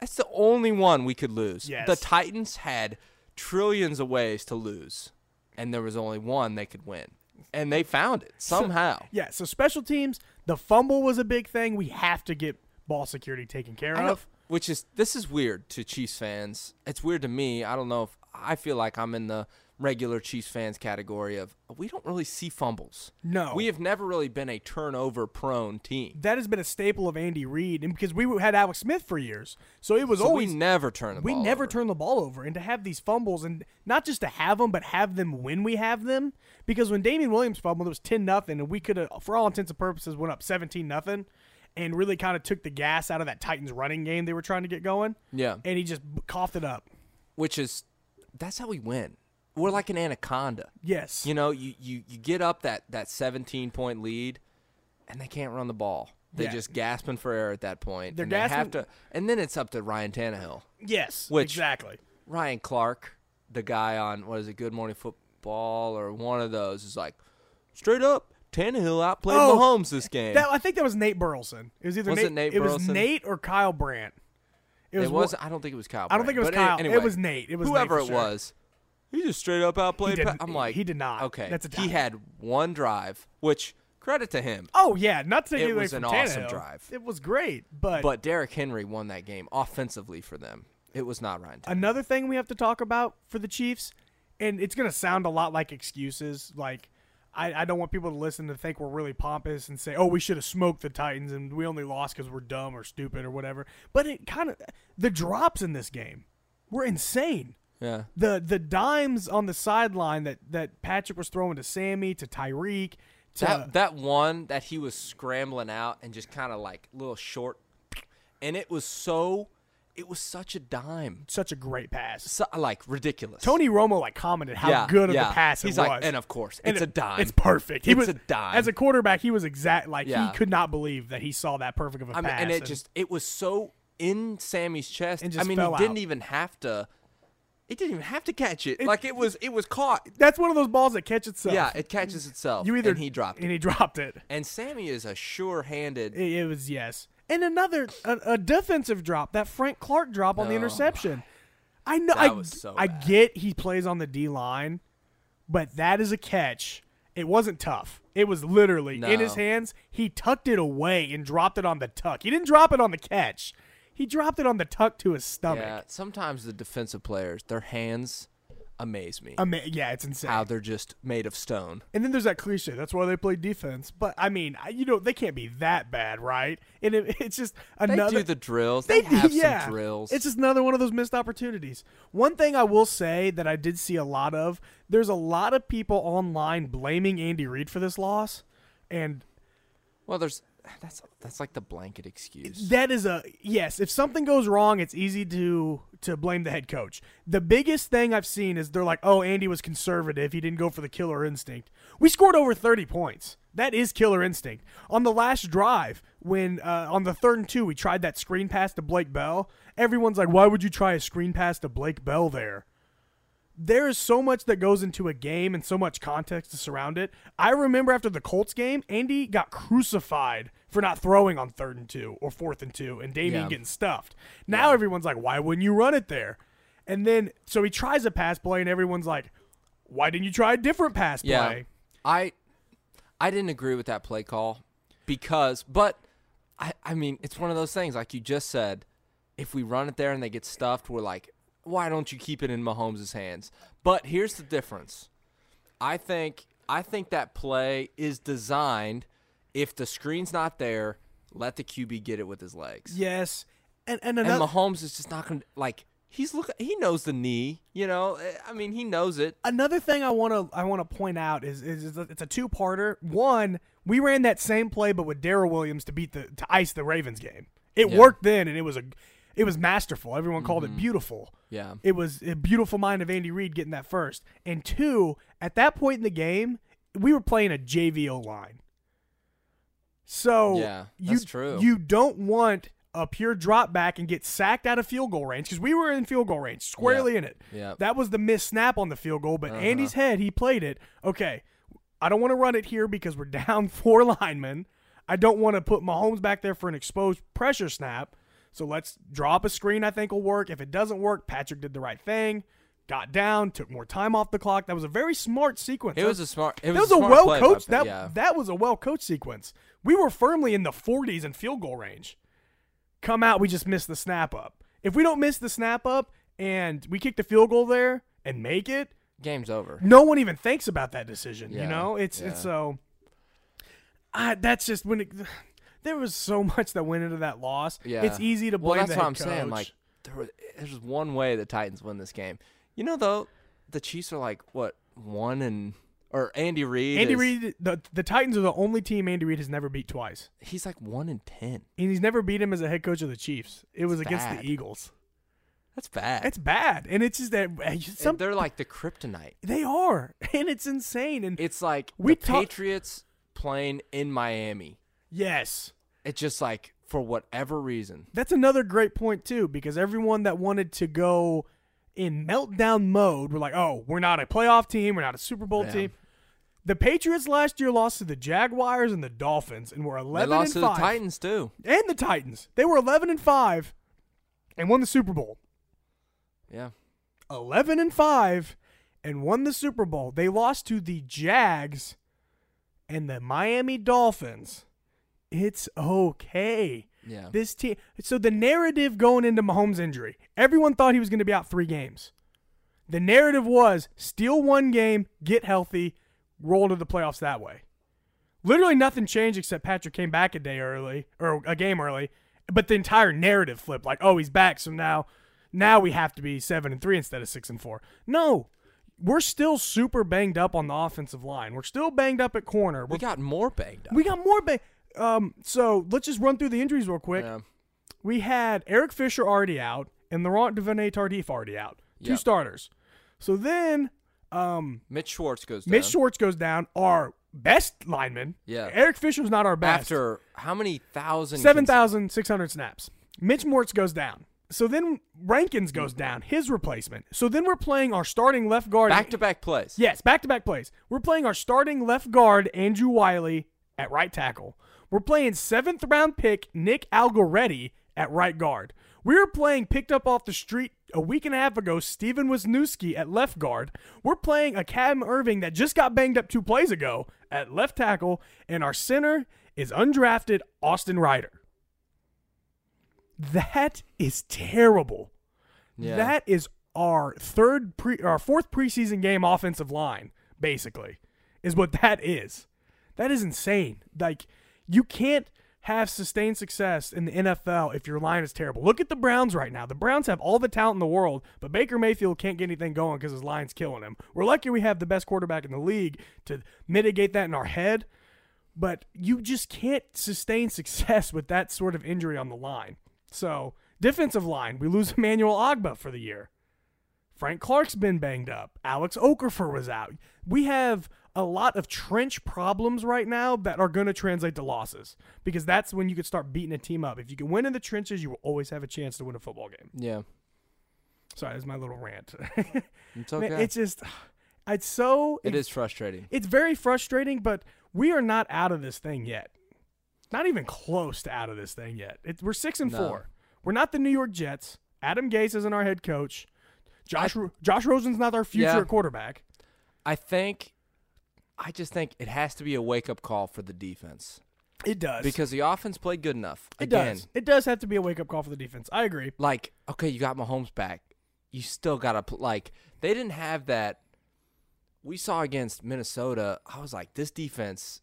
Speaker 3: That's the only one we could lose.
Speaker 1: Yes.
Speaker 3: The Titans had trillions of ways to lose, and there was only one they could win, and they found it somehow.
Speaker 1: Yeah, so special teams, the fumble was a big thing. We have to get ball security taken care
Speaker 3: I know-
Speaker 1: of.
Speaker 3: Which is this is weird to Chiefs fans. It's weird to me. I don't know if I feel like I'm in the regular Chiefs fans category of we don't really see fumbles.
Speaker 1: No.
Speaker 3: We have never really been a turnover prone team.
Speaker 1: That has been a staple of Andy Reid, and because we had Alex Smith for years, so it was
Speaker 3: So
Speaker 1: always
Speaker 3: we never turn the
Speaker 1: we
Speaker 3: ball
Speaker 1: never
Speaker 3: over.
Speaker 1: turn the ball over, and to have these fumbles, and not just to have them, but have them when we have them. Because when Damian Williams fumbled, it was ten nothing, and we could have, for all intents and purposes, went up seventeen nothing, and really kind of took the gas out of that Titans running game they were trying to get going.
Speaker 3: Yeah.
Speaker 1: and he just coughed it up.
Speaker 3: Which is that's how we win. We're like an anaconda.
Speaker 1: Yes,
Speaker 3: You know, you, you, you get up that, that 17 point lead, and they can't run the ball. They're
Speaker 1: Yeah.
Speaker 3: just gasping for air at that point.
Speaker 1: They're
Speaker 3: and they have
Speaker 1: gasping-
Speaker 3: to, and then it's up to Ryan Tannehill,
Speaker 1: yes,
Speaker 3: Which-
Speaker 1: exactly.
Speaker 3: Ryan Clark, the guy on what is it, Good Morning Football or one of those, is like straight up Tannehill outplayed
Speaker 1: Oh,
Speaker 3: Mahomes this game.
Speaker 1: That, I think that was Nate Burleson. It was either
Speaker 3: Was
Speaker 1: Nate,
Speaker 3: it Nate
Speaker 1: it was
Speaker 3: Burleson?
Speaker 1: Nate or Kyle Brandt.
Speaker 3: it was,
Speaker 1: one-
Speaker 3: I don't think it was Kyle.
Speaker 1: I don't think it was
Speaker 3: Brandt, but any-
Speaker 1: Kyle. It
Speaker 3: Anyway,
Speaker 1: was Nate. It was Nate
Speaker 3: whoever
Speaker 1: for
Speaker 3: it
Speaker 1: sure.
Speaker 3: was. He just straight up outplayed. Pat.
Speaker 1: didn't-
Speaker 3: I'm like,
Speaker 1: he did not.
Speaker 3: Okay,
Speaker 1: That's a
Speaker 3: he
Speaker 1: tie.
Speaker 3: had one drive, which credit to him.
Speaker 1: Oh yeah, not to take
Speaker 3: It
Speaker 1: away
Speaker 3: was
Speaker 1: from
Speaker 3: an awesome
Speaker 1: Tannehill.
Speaker 3: drive.
Speaker 1: It was great, but,
Speaker 3: But Derrick Henry won that game offensively for them. It was not Ryan. Tannehill.
Speaker 1: another thing we have to talk about for the Chiefs, and it's gonna sound a lot like excuses. Like I, I don't want people to listen to think we're really pompous and say, oh, we should have smoked the Titans and we only lost because we're dumb or stupid or whatever. But it kind of, the drops in this game were insane.
Speaker 3: Yeah.
Speaker 1: The the dimes on the sideline that, that Patrick was throwing to Sammy, to Tyreek, to.
Speaker 3: That that one that he was scrambling out and just kind of like little short, and it was so, it was such a dime,
Speaker 1: such a great pass.
Speaker 3: so, like ridiculous.
Speaker 1: Tony Romo like commented how
Speaker 3: Yeah,
Speaker 1: good of
Speaker 3: yeah.
Speaker 1: the pass
Speaker 3: He's
Speaker 1: it was.
Speaker 3: like, and of course,
Speaker 1: And
Speaker 3: it's
Speaker 1: it-
Speaker 3: a dime.
Speaker 1: It's perfect. He
Speaker 3: It's
Speaker 1: was
Speaker 3: a dime.
Speaker 1: As a quarterback, he was exact like
Speaker 3: Yeah.
Speaker 1: he could not believe that he saw that perfect of a
Speaker 3: I mean,
Speaker 1: pass.
Speaker 3: and it just it was so in Sammy's chest.
Speaker 1: And
Speaker 3: I
Speaker 1: just
Speaker 3: mean, he
Speaker 1: fell
Speaker 3: didn't
Speaker 1: out.
Speaker 3: even have to. It didn't even have to catch it. Like it was, it was caught.
Speaker 1: that's one of those balls that catch itself.
Speaker 3: Yeah, it catches itself.
Speaker 1: you either
Speaker 3: and he dropped it.
Speaker 1: and he dropped it.
Speaker 3: And Sammy is a sure-handed.
Speaker 1: It, it was yes. And another a, a defensive drop that Frank Clark drop on the
Speaker 3: No.
Speaker 1: interception. I know.
Speaker 3: That
Speaker 1: I,
Speaker 3: was so
Speaker 1: I
Speaker 3: bad.
Speaker 1: get he plays on the D line, but that is a catch. It wasn't tough. It was literally in his
Speaker 3: No.
Speaker 1: hands. He tucked it away and dropped it on the tuck. He didn't drop it on the catch. He dropped it on the tuck to his stomach.
Speaker 3: Yeah. Sometimes the defensive players, their hands amaze me.
Speaker 1: I mean, yeah, it's insane.
Speaker 3: how they're just made of stone.
Speaker 1: And then there's that cliche. That's why they play defense. But I mean, I- you know, they can't be that bad, right? And it, it's just
Speaker 3: They
Speaker 1: another.
Speaker 3: do the drills. They,
Speaker 1: do-
Speaker 3: have some drills.
Speaker 1: It's just another one of those missed opportunities. One thing I will say that I did see a lot of, there's a lot of people online blaming Andy Reid for this loss. And
Speaker 3: well, there's that's that's like the blanket excuse.
Speaker 1: that is a yes, if something goes wrong, it's easy to to blame the head coach. The biggest thing I've seen is they're like, "Oh, Andy was conservative. He didn't go for the killer instinct." We scored over 30 points. That is killer instinct. On the last drive, when uh, on the third and two, we tried that screen pass to Blake Bell. Everyone's like, "Why would you try a screen pass to Blake Bell there?" there is so much that goes into a game and so much context to surround it. I remember after the Colts game, Andy got crucified for not throwing on third and two or fourth and two, and Damien
Speaker 3: Yeah.
Speaker 1: getting stuffed. Now everyone's like, why wouldn't you run it there? And then, so he tries a pass play, and everyone's like, why didn't you try a different pass
Speaker 3: yeah,
Speaker 1: play?
Speaker 3: I I didn't agree with that play call because, but I I mean it's one of those things like you just said. If we run it there and they get stuffed, we're like, why don't you keep it in Mahomes' hands? But here's the difference. I think I think that play is designed. If the screen's not there, let the QB get it with his legs.
Speaker 1: Yes. And, and
Speaker 3: and
Speaker 1: another.
Speaker 3: Mahomes is just not going to like he's look he knows the knee, you know. eh, I mean, he knows it.
Speaker 1: another thing I want to I want to point out is, is, is it's a two parter. One, we ran that same play but with Darrell Williams to beat the to ice the Ravens game. It
Speaker 3: Yeah. Mm-hmm.
Speaker 1: worked then, and it was a it was masterful. Everyone called it beautiful.
Speaker 3: Yeah.
Speaker 1: it was a beautiful mind of Andy Reid getting that first. And two, at that point in the game, we were playing a JVO line. So
Speaker 3: Yeah,
Speaker 1: you,
Speaker 3: that's true.
Speaker 1: You don't want a pure drop back and get sacked out of field goal range because we were in field goal range, squarely in it.
Speaker 3: Yeah.
Speaker 1: That was the missed snap on the field goal, but
Speaker 3: Uh-huh.
Speaker 1: Andy's head, he played it. Okay, I don't want to run it here because we're down four linemen. I don't want to put Mahomes back there for an exposed pressure snap. So let's draw up a screen I think will work. If it doesn't work, Patrick did the right thing, got down, took more time off the clock. That was a very smart sequence.
Speaker 3: It was a smart. It
Speaker 1: that
Speaker 3: was,
Speaker 1: was
Speaker 3: a,
Speaker 1: a
Speaker 3: smart
Speaker 1: well
Speaker 3: play by
Speaker 1: coached
Speaker 3: Pe-
Speaker 1: that
Speaker 3: yeah.
Speaker 1: that was a well coached sequence. We were firmly in the 40s in field goal range. Come out, we just missed the snap up. If we don't miss the snap up and we kick the field goal there and make it,
Speaker 3: Game's over.
Speaker 1: no one even thinks about that decision.
Speaker 3: Yeah,
Speaker 1: You know, it's
Speaker 3: yeah.
Speaker 1: it's so. I, that's just when it, there was so much that went into that loss.
Speaker 3: Yeah.
Speaker 1: it's easy to blame.
Speaker 3: Well, that's
Speaker 1: the
Speaker 3: what
Speaker 1: head
Speaker 3: I'm saying.
Speaker 1: coach.
Speaker 3: Like there was, there's one way the Titans win this game. You know though, the Chiefs are like what one and or Andy Reid.
Speaker 1: Andy
Speaker 3: is-
Speaker 1: Reid, the the Titans are the only team Andy Reid has never beat twice,
Speaker 3: He's like one and ten.
Speaker 1: and he's never beat him as a head coach of the Chiefs. It was against
Speaker 3: bad.
Speaker 1: the Eagles.
Speaker 3: That's bad.
Speaker 1: It's bad, and it's just that uh,
Speaker 3: And
Speaker 1: some
Speaker 3: they're like the kryptonite.
Speaker 1: they are, and it's insane. And
Speaker 3: It's like
Speaker 1: We
Speaker 3: the
Speaker 1: talk-
Speaker 3: Patriots playing in Miami.
Speaker 1: yes,
Speaker 3: It's just like for whatever reason.
Speaker 1: That's another great point too, because everyone that wanted to go in meltdown mode were like, "Oh, we're not a playoff team. We're not a Super Bowl
Speaker 3: Yeah.
Speaker 1: team." The Patriots last year lost to the Jaguars and the Dolphins, and were
Speaker 3: They
Speaker 1: eleven
Speaker 3: lost to
Speaker 1: and
Speaker 3: the
Speaker 1: five.
Speaker 3: Titans too.
Speaker 1: and the Titans. They were eleven and five, and won the Super Bowl.
Speaker 3: Yeah.
Speaker 1: Eleven and five, and won the Super Bowl. They lost to the Jags and the Miami Dolphins. It's okay.
Speaker 3: Yeah.
Speaker 1: This team. So the narrative going into Mahomes' injury, everyone thought he was going to be out three games. The narrative was steal one game, get healthy, roll into the playoffs that way. Literally nothing changed except Patrick came back a day early or a game early, but the entire narrative flipped like, "Oh, he's back, so now now we have to be 7 and 3 instead of 6 and 4." No. We're still super banged up on the offensive line. We're still banged up at corner. We're
Speaker 3: We got more banged up.
Speaker 1: we got more bang. Um, so let's just run through the injuries real quick.
Speaker 3: Yeah.
Speaker 1: We had Eric Fisher already out and Laurent Devenet Tardif already out. Two
Speaker 3: Yep.
Speaker 1: starters. So then um,
Speaker 3: Mitch Schwartz goes down.
Speaker 1: Mitch Schwartz goes down, our best lineman.
Speaker 3: Yeah.
Speaker 1: Eric Fisher's not our best.
Speaker 3: after how many thousand?
Speaker 1: Seven thousand six hundred snaps. Mitch Mortz goes down. So then Rankins goes down, his replacement. So then we're playing our starting left guard.
Speaker 3: back to back plays.
Speaker 1: Yes, back to back plays. We're playing our starting left guard, Andrew Wiley, at right tackle. We're playing seventh round pick, Nick Algoretti, at right guard. We are playing picked up off the street a week and a half ago, Steven Wisniewski at left guard. We're playing a Cam Irving that just got banged up two plays ago at left tackle, and our center is undrafted Austin Ryder. That is terrible.
Speaker 3: Yeah.
Speaker 1: That is our third pre our fourth preseason game offensive line, basically, is what that is. That is insane. Like you can't have sustained success in the NFL if your line is terrible. Look at the Browns right now. The Browns have all the talent in the world, but Baker Mayfield can't get anything going because his line's killing him. We're lucky we have the best quarterback in the league to mitigate that in our head, but you just can't sustain success with that sort of injury on the line. So, defensive line, we lose Emmanuel Ogba for the year. Frank Clark's been banged up. Alex Okafor was out. We have a lot of trench problems right now that are going to translate to losses because that's when you could start beating a team up. If you can win in the trenches, you will always have a chance to win a football game.
Speaker 3: Yeah.
Speaker 1: Sorry, that's my little rant.
Speaker 3: It's okay.
Speaker 1: Man, it's just, it's so,
Speaker 3: it is frustrating.
Speaker 1: it's very frustrating, but we are not out of this thing yet. Not even close to out of this thing yet. It, we're six and
Speaker 3: No.
Speaker 1: four. We're not the New York Jets. Adam Gase isn't our head coach. Josh Ro- Josh Rosen's not our future
Speaker 3: Yeah.
Speaker 1: quarterback.
Speaker 3: I think, I just think it has to be a wake up call for the defense
Speaker 1: It does
Speaker 3: because the offense played good enough.
Speaker 1: it
Speaker 3: Again,
Speaker 1: does. It does have to be a wake up call for the defense. I agree.
Speaker 3: like okay, you got Mahomes back. You still gotta pl- like they didn't have that. We saw against Minnesota. I was like, this defense,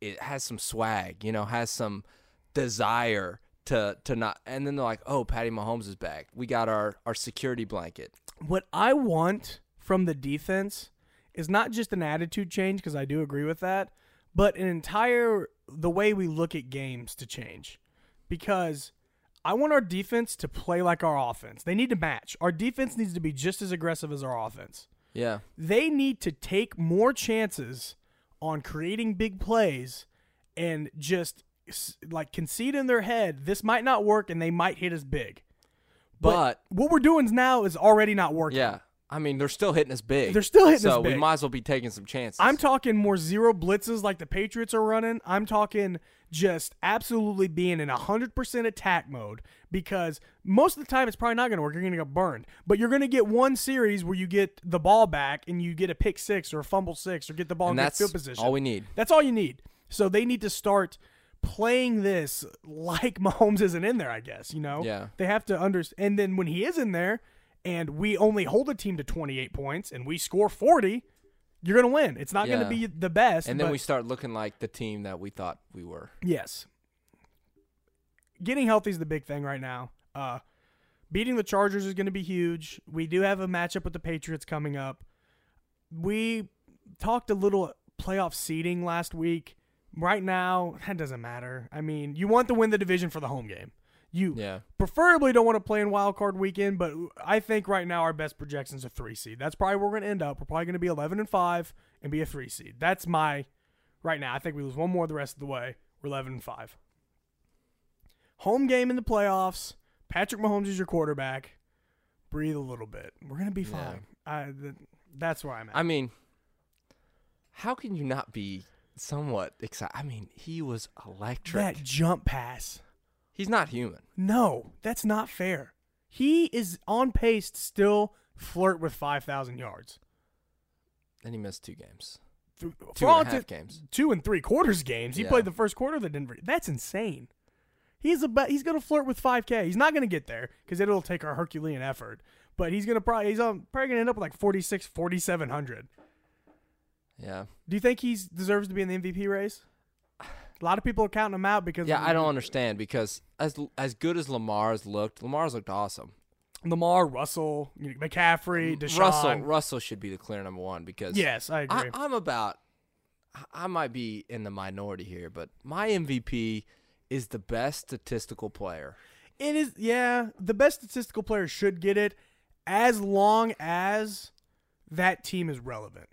Speaker 3: it has some swag. You know, has some desire to to not. And then they're like, oh, Patty Mahomes is back. We got our our security blanket.
Speaker 1: What I want from the defense is not just an attitude change because I do agree with that, but an entire the way we look at games to change because I want our defense to play like our offense. They need to match. Our defense needs to be just as aggressive as our offense.
Speaker 3: Yeah,
Speaker 1: They need to take more chances on creating big plays and just s- like concede in their head this might not work and they might hit us big.
Speaker 3: but,
Speaker 1: what we're doing now is already not working.
Speaker 3: yeah. I mean, they're still hitting us big.
Speaker 1: They're still hitting us
Speaker 3: so we
Speaker 1: big.
Speaker 3: might as well be taking some chances.
Speaker 1: I'm talking more zero blitzes like the Patriots are running. I'm talking just absolutely being in 100% attack mode because most of the time it's probably not going to work. You're going to get burned. But you're going to get one series where you get the ball back and you get a pick six or a fumble six or get the ball
Speaker 3: and
Speaker 1: in good
Speaker 3: that's
Speaker 1: field position.
Speaker 3: all we need.
Speaker 1: That's all you need. So they need to start playing this like Mahomes isn't in there, I guess, you know?
Speaker 3: Yeah.
Speaker 1: They have to understand. And then when he is in there and we only hold a team to 28 points and we score 40, you're going to win. It's not going
Speaker 3: Yeah.
Speaker 1: to be the best.
Speaker 3: And then
Speaker 1: but-
Speaker 3: we start looking like the team that we thought we were.
Speaker 1: Yes. Getting healthy is the big thing right now. Uh, beating the Chargers is going to be huge. We do have a matchup with the Patriots coming up. We talked a little playoff seeding last week. Right now, that doesn't matter. I mean, you want to win the division for the home game. You
Speaker 3: Yeah.
Speaker 1: preferably don't want to play in wild card weekend, but I think right now our best projections are three seed. That's probably where we're going to end up. We're probably going to be eleven and five and be a three seed. That's my right now. I think we lose one more the rest of the way. We're eleven and five. Home game in the playoffs. Patrick Mahomes is your quarterback. Breathe a little bit. We're gonna be
Speaker 3: Yeah.
Speaker 1: fine. I, th- that's where I'm at.
Speaker 3: I mean, how can you not be somewhat excited? I mean, he was electric.
Speaker 1: that jump pass.
Speaker 3: He's not human.
Speaker 1: No, that's not fair. He is on pace to still flirt with five thousand yards.
Speaker 3: And he missed two games.
Speaker 1: Th-
Speaker 3: Two
Speaker 1: for all
Speaker 3: and a half
Speaker 1: inten-
Speaker 3: games.
Speaker 1: two and three quarters games. He
Speaker 3: Yeah.
Speaker 1: played the first quarter of the Denver. That's insane. He's about he's gonna flirt with 5K. He's not gonna get there because it'll take our Herculean effort. But he's gonna probably he's um, probably gonna end up with like 46, 4700.
Speaker 3: Yeah.
Speaker 1: Do you think he deserves to be in the MVP race? A lot of people are counting him out because
Speaker 3: Yeah, I don't understand because as as good as Lamar's looked, Lamar's looked awesome.
Speaker 1: Lamar, Russell, you know, McCaffrey, Deshaun.
Speaker 3: Russell Russell should be the clear number one because
Speaker 1: Yes, I
Speaker 3: I,
Speaker 1: agree.
Speaker 3: I'm about. I- I might be in the minority here, but my MVP is the best statistical player.
Speaker 1: it is yeah, the best statistical player should get it as long as that team is relevant.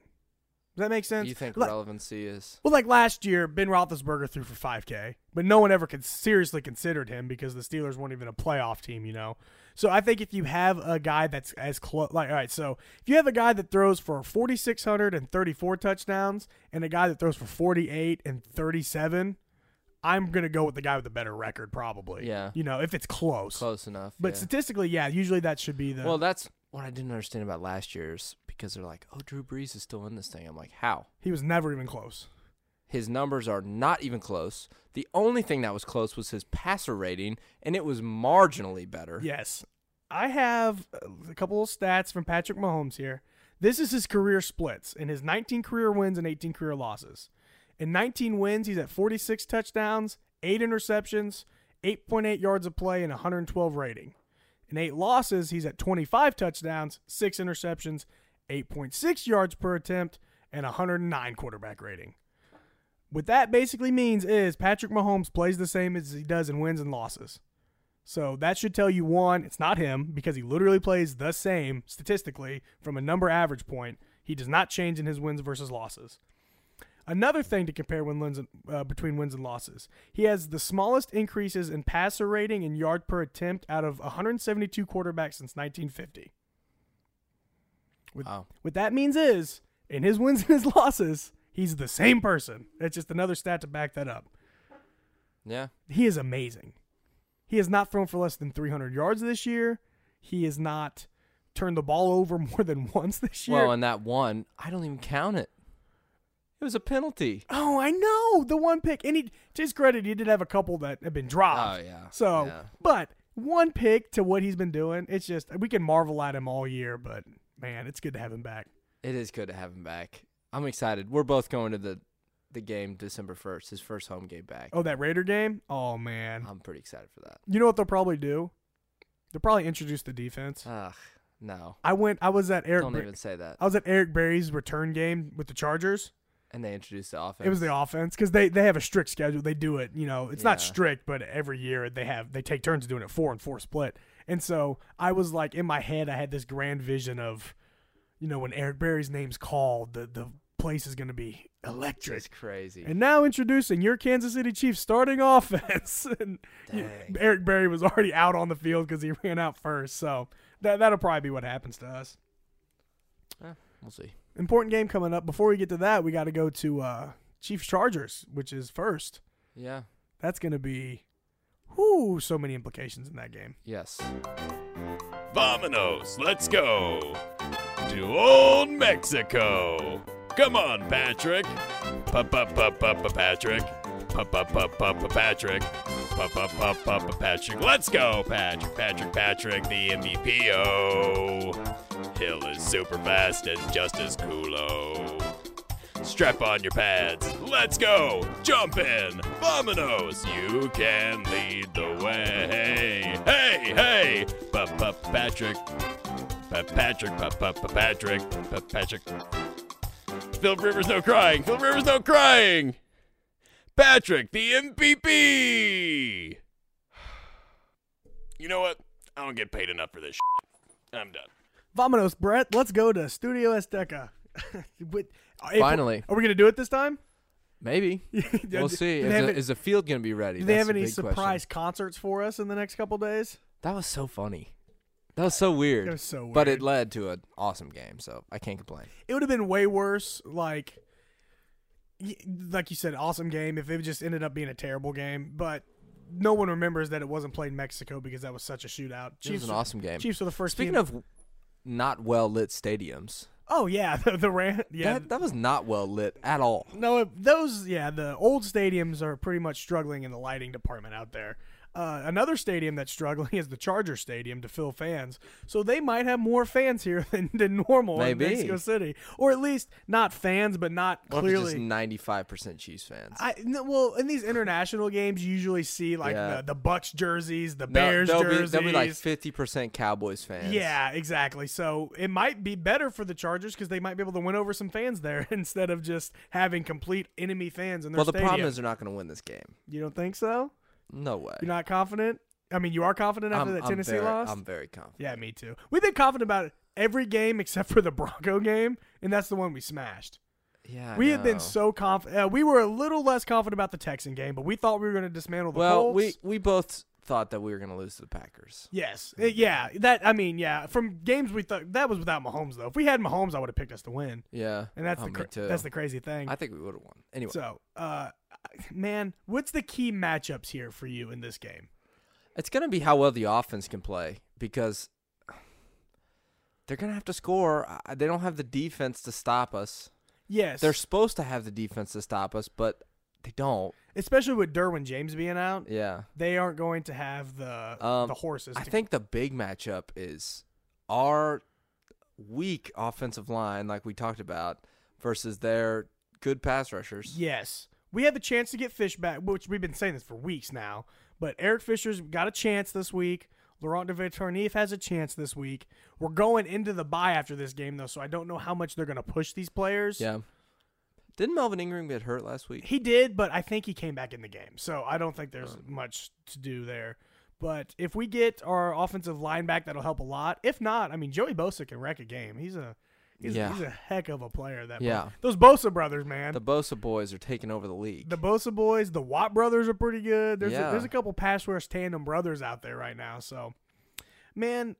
Speaker 1: Does that make sense?
Speaker 3: You think
Speaker 1: Like-
Speaker 3: relevancy is?
Speaker 1: Well, like last year, Ben Roethlisberger threw for 5K, but no one ever could seriously considered him because the Steelers weren't even a playoff team, you know. So I think if you have a guy that's as close, like all right, so if you have a guy that throws for 4,600 and 34 touchdowns, and a guy that throws for 48 and 37, I'm gonna go with the guy with the better record, probably.
Speaker 3: Yeah.
Speaker 1: You know, if it's close.
Speaker 3: Close enough.
Speaker 1: But
Speaker 3: yeah.
Speaker 1: statistically, yeah, usually that should be the.
Speaker 3: well, that's what I didn't understand about last year's because they're like, oh, Drew Brees is still in this thing. I'm like, how?
Speaker 1: he was never even close.
Speaker 3: His numbers are not even close. The only thing that was close was his passer rating, and it was marginally better.
Speaker 1: Yes. I have uh, a couple of stats from Patrick Mahomes here. This is his career splits in his 19 career wins and 18 career losses. In 19 wins, he's at 46 touchdowns, 8 interceptions, 8.8 yards of play, and 112 rating. In 8 losses, he's at 25 touchdowns, 6 interceptions, 8.6 yards per attempt, and 109 quarterback rating. What that basically means is Patrick Mahomes plays the same as he does in wins and losses. So that should tell you one, it's not him because he literally plays the same statistically from a number average point. He does not change in his wins versus losses. Another thing to compare when wins, uh, between wins and losses, he has the smallest increases in passer rating and yard per attempt out of 172 quarterbacks since 1950. With-
Speaker 3: Wow.
Speaker 1: What that means is, in his wins and his losses, he's the same person. That's just another stat to back that up.
Speaker 3: Yeah.
Speaker 1: He is amazing. He has not thrown for less than 300 yards this year. He has not turned the ball over more than once this year.
Speaker 3: Well, and that one, I don't even count it. It was a penalty.
Speaker 1: oh, I know the one pick. And he, to his credit, he did have a couple that have been dropped.
Speaker 3: Oh, yeah.
Speaker 1: Ah. So,
Speaker 3: Yeah.
Speaker 1: but one pick to what he's been doing, it's just we can marvel at him all year. But man, it's good to have him back.
Speaker 3: It is good to have him back. I'm excited. We're both going to the the game December 1st, his first home game back.
Speaker 1: Oh, that Raider game. Oh man,
Speaker 3: I'm pretty excited for that.
Speaker 1: you know what they'll probably do? They'll probably introduce the defense.
Speaker 3: Ugh, no.
Speaker 1: I went. I was at Eric.
Speaker 3: Uh, Don't
Speaker 1: Ber-
Speaker 3: even say that.
Speaker 1: I was at Eric Berry's return game with the Chargers.
Speaker 3: And they introduced the offense.
Speaker 1: It was the offense because they, they have a strict schedule. They do it, you know. It's not
Speaker 3: Yeah.
Speaker 1: strict, but every year they have they take turns doing it four and four split. And so I was like in my head, I had this grand vision of, you know, when Eric Berry's name's called, the the place is going to be
Speaker 3: It's
Speaker 1: electric.
Speaker 3: crazy.
Speaker 1: And now introducing your Kansas City Chiefs starting offense, and you-
Speaker 3: Dang.
Speaker 1: Eric Berry was already out on the field because he ran out first. So that that'll probably be what happens to us
Speaker 3: Eh, we'll see.
Speaker 1: important game coming up. Before we get to that, we got to go to uh, Chiefs Chargers, which is first.
Speaker 3: Yeah.
Speaker 1: That's going to be, whoo, so many implications in that game.
Speaker 3: Yes.
Speaker 2: Vominos, let's go to old Mexico. Come on, Patrick. Pa-pa-pa-pa-pa-Patrick. Pa-pa-pa-pa-pa-Patrick. Pa-pa-pa-pa-pa-Patrick. Let's go, Patrick. Patrick, Patrick, the MVP. Oh, Hill is super fast and just as cool. Oh. Strap on your pads. Let's go. Jump in. Vominos. You can lead the way. Hey, hey. Papa Patrick. Pa- Patrick. Papa Patrick. Pa- Patrick. Philip Rivers no crying. Philip Rivers no crying. Patrick, the MVP. You know what? I don't get paid enough for this. Shit. I'm done.
Speaker 1: Vominos, Brett, let's go to Studio Azteca. With- uh, if-
Speaker 3: Finally.
Speaker 1: Are we going to do it this time?
Speaker 3: Maybe. We'll see.
Speaker 1: Do
Speaker 3: Is
Speaker 1: they have,
Speaker 3: the,
Speaker 1: any-
Speaker 3: is the field going to be ready?
Speaker 1: do they
Speaker 3: That's
Speaker 1: have
Speaker 3: the
Speaker 1: any
Speaker 3: big question.
Speaker 1: surprise concerts for us in the next couple days?
Speaker 3: That was so funny. That was so weird.
Speaker 1: It was so
Speaker 3: But
Speaker 1: weird.
Speaker 3: it led to an awesome game, so I can't complain.
Speaker 1: It would have been way worse, like, y- like you said, awesome game, if it just ended up being a terrible game. But no one remembers that it wasn't played in Mexico because that was such a shootout.
Speaker 3: It was an
Speaker 1: were-
Speaker 3: awesome game.
Speaker 1: Chiefs are the first
Speaker 3: Speaking
Speaker 1: team-
Speaker 3: of not well lit stadiums,
Speaker 1: Oh yeah, the, the ran. Yeah,
Speaker 3: that, that was not well lit at all.
Speaker 1: no, it- those yeah, the old stadiums are pretty much struggling in the lighting department out there. Uh, another stadium that's struggling is the Charger Stadium to fill fans, so they might have more fans here than, than normal
Speaker 3: Maybe.
Speaker 1: in Mexico City, or at least not fans, but not
Speaker 3: What if it's
Speaker 1: clearly
Speaker 3: just ninety-five percent Chiefs fans?
Speaker 1: I no, well in these international games you usually see like
Speaker 3: Yeah.
Speaker 1: the, the Bucks jerseys, the
Speaker 3: No,
Speaker 1: Bears
Speaker 3: they'll be,
Speaker 1: jerseys.
Speaker 3: they'll be like fifty percent Cowboys fans.
Speaker 1: yeah, exactly. So it might be better for the Chargers because they might be able to win over some fans there instead of just having complete enemy fans in their
Speaker 3: Well, the
Speaker 1: stadium.
Speaker 3: problem is they're not going to win this game.
Speaker 1: you don't think so?
Speaker 3: No way.
Speaker 1: You're not confident? I mean, you are confident after
Speaker 3: I'm,
Speaker 1: that
Speaker 3: I'm
Speaker 1: Tennessee
Speaker 3: very,
Speaker 1: loss.
Speaker 3: I'm very confident.
Speaker 1: yeah, me too. We've been confident about every game except for the Bronco game, and that's the one we smashed.
Speaker 3: Yeah, I
Speaker 1: we have
Speaker 3: know.
Speaker 1: been so confident. Uh, we were a little less confident about the Texan game, but we thought we were going to dismantle the
Speaker 3: well.
Speaker 1: Colts.
Speaker 3: We we both thought that we were going to lose to the Packers.
Speaker 1: Yes. Uh, Yeah. That I mean, yeah. From games we thought that was without Mahomes though. If we had Mahomes, I would have picked us to win.
Speaker 3: Yeah,
Speaker 1: And that's
Speaker 3: oh,
Speaker 1: the
Speaker 3: me
Speaker 1: cra-
Speaker 3: too.
Speaker 1: that's the crazy thing.
Speaker 3: I think we would have won anyway.
Speaker 1: so, uh, man, what's the key matchups here for you in this game?
Speaker 3: It's going to be how well the offense can play because they're going to have to score. I- They don't have the defense to stop us.
Speaker 1: Yes.
Speaker 3: They're supposed to have the defense to stop us, but they don't.
Speaker 1: especially with Derwin James being out,
Speaker 3: Yeah.
Speaker 1: they aren't going to have the
Speaker 3: Um,
Speaker 1: the horses.
Speaker 3: I
Speaker 1: to-
Speaker 3: think the big matchup is our weak offensive line, like we talked about, versus their good pass rushers.
Speaker 1: Yes. We have a chance to get Fish back, which we've been saying this for weeks now. But Eric Fisher's got a chance this week. Laurent de Viternif has a chance this week. We're going into the bye after this game, though, so I don't know how much they're going to push these players.
Speaker 3: Yeah. Didn't Melvin Ingram get hurt last week?
Speaker 1: He did, but I think he came back in the game, so I don't think there's
Speaker 3: Oh.
Speaker 1: much to do there. But if we get our offensive line back, that'll help a lot. If not, I mean, Joey Bosa can wreck a game. He's a he's,
Speaker 3: Yeah.
Speaker 1: he's a heck of a player. That
Speaker 3: Yeah.
Speaker 1: those Bosa brothers, man.
Speaker 3: The Bosa boys are taking over the league.
Speaker 1: The Bosa boys, the Watt brothers are pretty good. There's
Speaker 3: Yeah.
Speaker 1: a, there's a couple pass rush tandem brothers out there right now. So, man,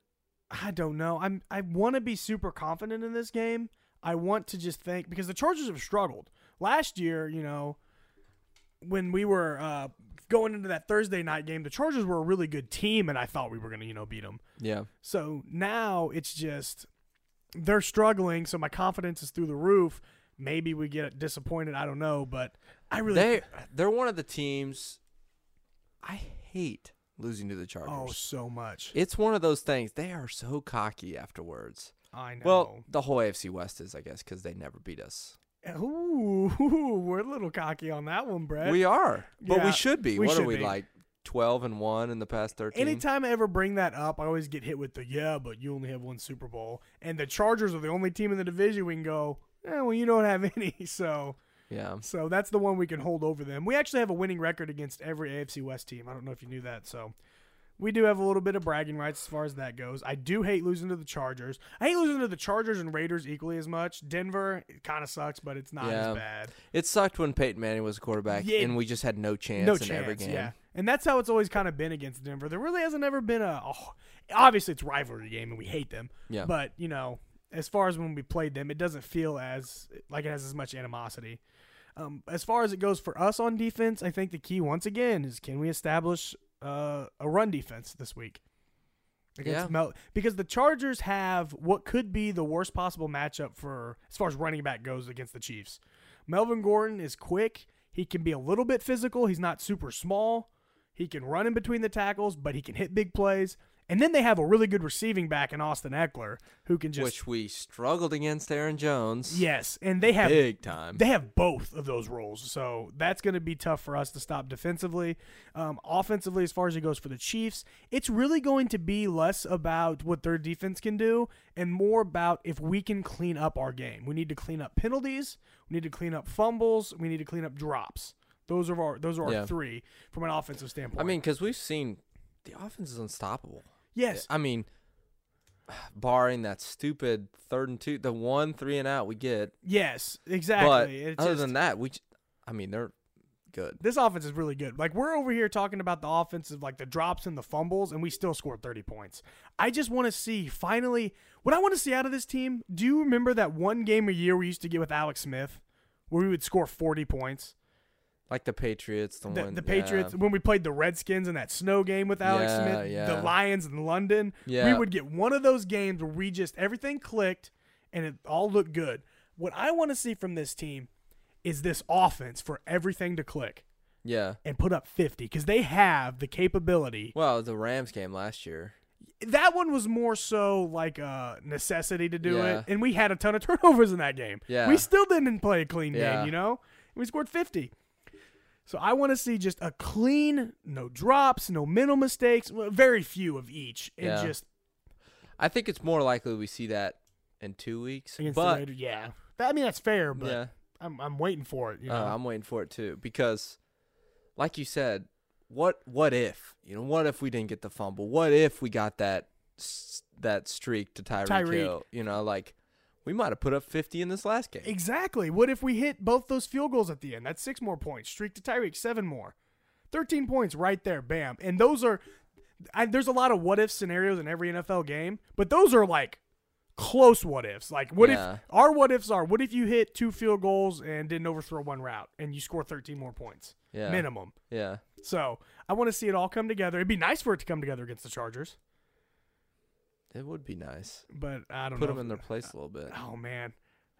Speaker 1: I don't know. I'm I want to be super confident in this game. I want to just think because the Chargers have struggled last year. You know, when we were uh, going into that Thursday night game, the Chargers were a really good team, and I thought we were going to you know beat them.
Speaker 3: yeah.
Speaker 1: So now it's just they're struggling. So my confidence is through the roof. Maybe we get disappointed. I don't know, but I really
Speaker 3: They they're one of the teams I hate losing to the Chargers.
Speaker 1: Oh, so much.
Speaker 3: It's one of those things. They are so cocky afterwards.
Speaker 1: I know.
Speaker 3: Well, the whole AFC West is, I guess, because they never beat us.
Speaker 1: ooh, we're a little cocky on that one, Brett.
Speaker 3: We are, but
Speaker 1: Yeah,
Speaker 3: we should be.
Speaker 1: we
Speaker 3: what
Speaker 1: should
Speaker 3: are we
Speaker 1: be.
Speaker 3: like? Twelve and one in the past thirteen.
Speaker 1: Anytime I ever bring that up, I always get hit with the yeah, but you only have one Super Bowl, and the Chargers are the only team in the division we can go. Eh, well, you don't have any, so
Speaker 3: Yeah.
Speaker 1: so that's the one we can hold over them. We actually have a winning record against every AFC West team. I don't know if you knew that, so we do have a little bit of bragging rights as far as that goes. I do hate losing to the Chargers. I hate losing to the Chargers and Raiders equally as much. Denver kind of sucks, but it's not
Speaker 3: Yeah.
Speaker 1: as bad.
Speaker 3: It sucked when Peyton Manning was a quarterback,
Speaker 1: Yeah.
Speaker 3: and we just had no chance
Speaker 1: no
Speaker 3: in
Speaker 1: chance,
Speaker 3: every game.
Speaker 1: Yeah, and that's how it's always kind of been against Denver. There really hasn't ever been a. oh, obviously, it's rivalry game, and we hate them.
Speaker 3: Yeah.
Speaker 1: But you know, as far as when we played them, it doesn't feel as like it has as much animosity. Um, as far as it goes for us on defense, I think the key once again is can we establish uh, a run defense this week against
Speaker 3: Yeah.
Speaker 1: Mel? Because the Chargers have what could be the worst possible matchup for as far as running back goes against the Chiefs. Melvin Gordon is quick. He can be a little bit physical. He's not super small. He can run in between the tackles, but he can hit big plays. And then they have a really good receiving back in Austin Eckler, who can just
Speaker 3: Which we struggled against Aaron Jones.
Speaker 1: yes. And they have
Speaker 3: Big time.
Speaker 1: they have both of those roles, so that's going to be tough for us to stop defensively. Um, offensively, as far as it goes for the Chiefs, it's really going to be less about what their defense can do and more about if we can clean up our game. We need to clean up penalties, we need to clean up fumbles, we need to clean up drops. Those are our those are our
Speaker 3: Yeah.
Speaker 1: three from an offensive standpoint.
Speaker 3: I mean, because we've seen the offense is unstoppable.
Speaker 1: yes,
Speaker 3: I mean, barring that stupid third and two, the one three and out we get.
Speaker 1: yes, exactly.
Speaker 3: But
Speaker 1: It's
Speaker 3: other
Speaker 1: just-
Speaker 3: than that, we, j- I mean, they're good.
Speaker 1: this offense is really good. Like we're over here talking about the offensive, like the drops and the fumbles, and we still scored 30 points. I just want to see finally what I want to see out of this team. Do you remember that one game a year we used to get with Alex Smith, where we would score 40 points?
Speaker 3: Like the Patriots, the,
Speaker 1: The,
Speaker 3: one
Speaker 1: the Patriots when we played the Redskins in that snow game with Alex
Speaker 3: Yeah,
Speaker 1: Smith,
Speaker 3: yeah.
Speaker 1: the Lions in London.
Speaker 3: Yeah.
Speaker 1: We would get one of those games where we just everything clicked and it all looked good. What I want to see from this team is this offense for everything to click.
Speaker 3: Yeah.
Speaker 1: and put up 50 because they have the capability.
Speaker 3: Well, the Rams game last year.
Speaker 1: That one was more so like a necessity to do
Speaker 3: Yeah.
Speaker 1: it, and we had a ton of turnovers in that game.
Speaker 3: Yeah.
Speaker 1: we still didn't play a clean
Speaker 3: Yeah.
Speaker 1: game, you know. We scored 50. So I want to see just a clean, no drops, no mental mistakes, well, very few of each, and
Speaker 3: Yeah.
Speaker 1: just
Speaker 3: I think it's more likely we see that in two weeks.
Speaker 1: against
Speaker 3: but
Speaker 1: the Raiders. Yeah, That- I mean that's fair, but
Speaker 3: yeah,
Speaker 1: I'm I'm waiting for it. You know,
Speaker 3: uh, I'm waiting for it too because, like you said, what what if you know what if we didn't get the fumble? What if we got that s- that streak to Tyreek
Speaker 1: Tyreek.
Speaker 3: Hill? You know, like we might have put up fifty in this last game.
Speaker 1: Exactly. What if we hit both those field goals at the end? That's six more points. Streak to Tyreek, seven more. 13 points right there. Bam. And those are, I, there's a lot of what if scenarios in every NFL game, but those are like close what ifs. Like, what
Speaker 3: Yeah.
Speaker 1: if, our what ifs are, what if you hit two field goals and didn't overthrow one route and you score 13 more points?
Speaker 3: Yeah.
Speaker 1: Minimum.
Speaker 3: Yeah,
Speaker 1: So I want to see it all come together. It'd be nice for it to come together against the Chargers,
Speaker 3: it would be nice.
Speaker 1: but I don't
Speaker 3: Put
Speaker 1: know.
Speaker 3: them
Speaker 1: if-
Speaker 3: in their place a little bit.
Speaker 1: Oh man,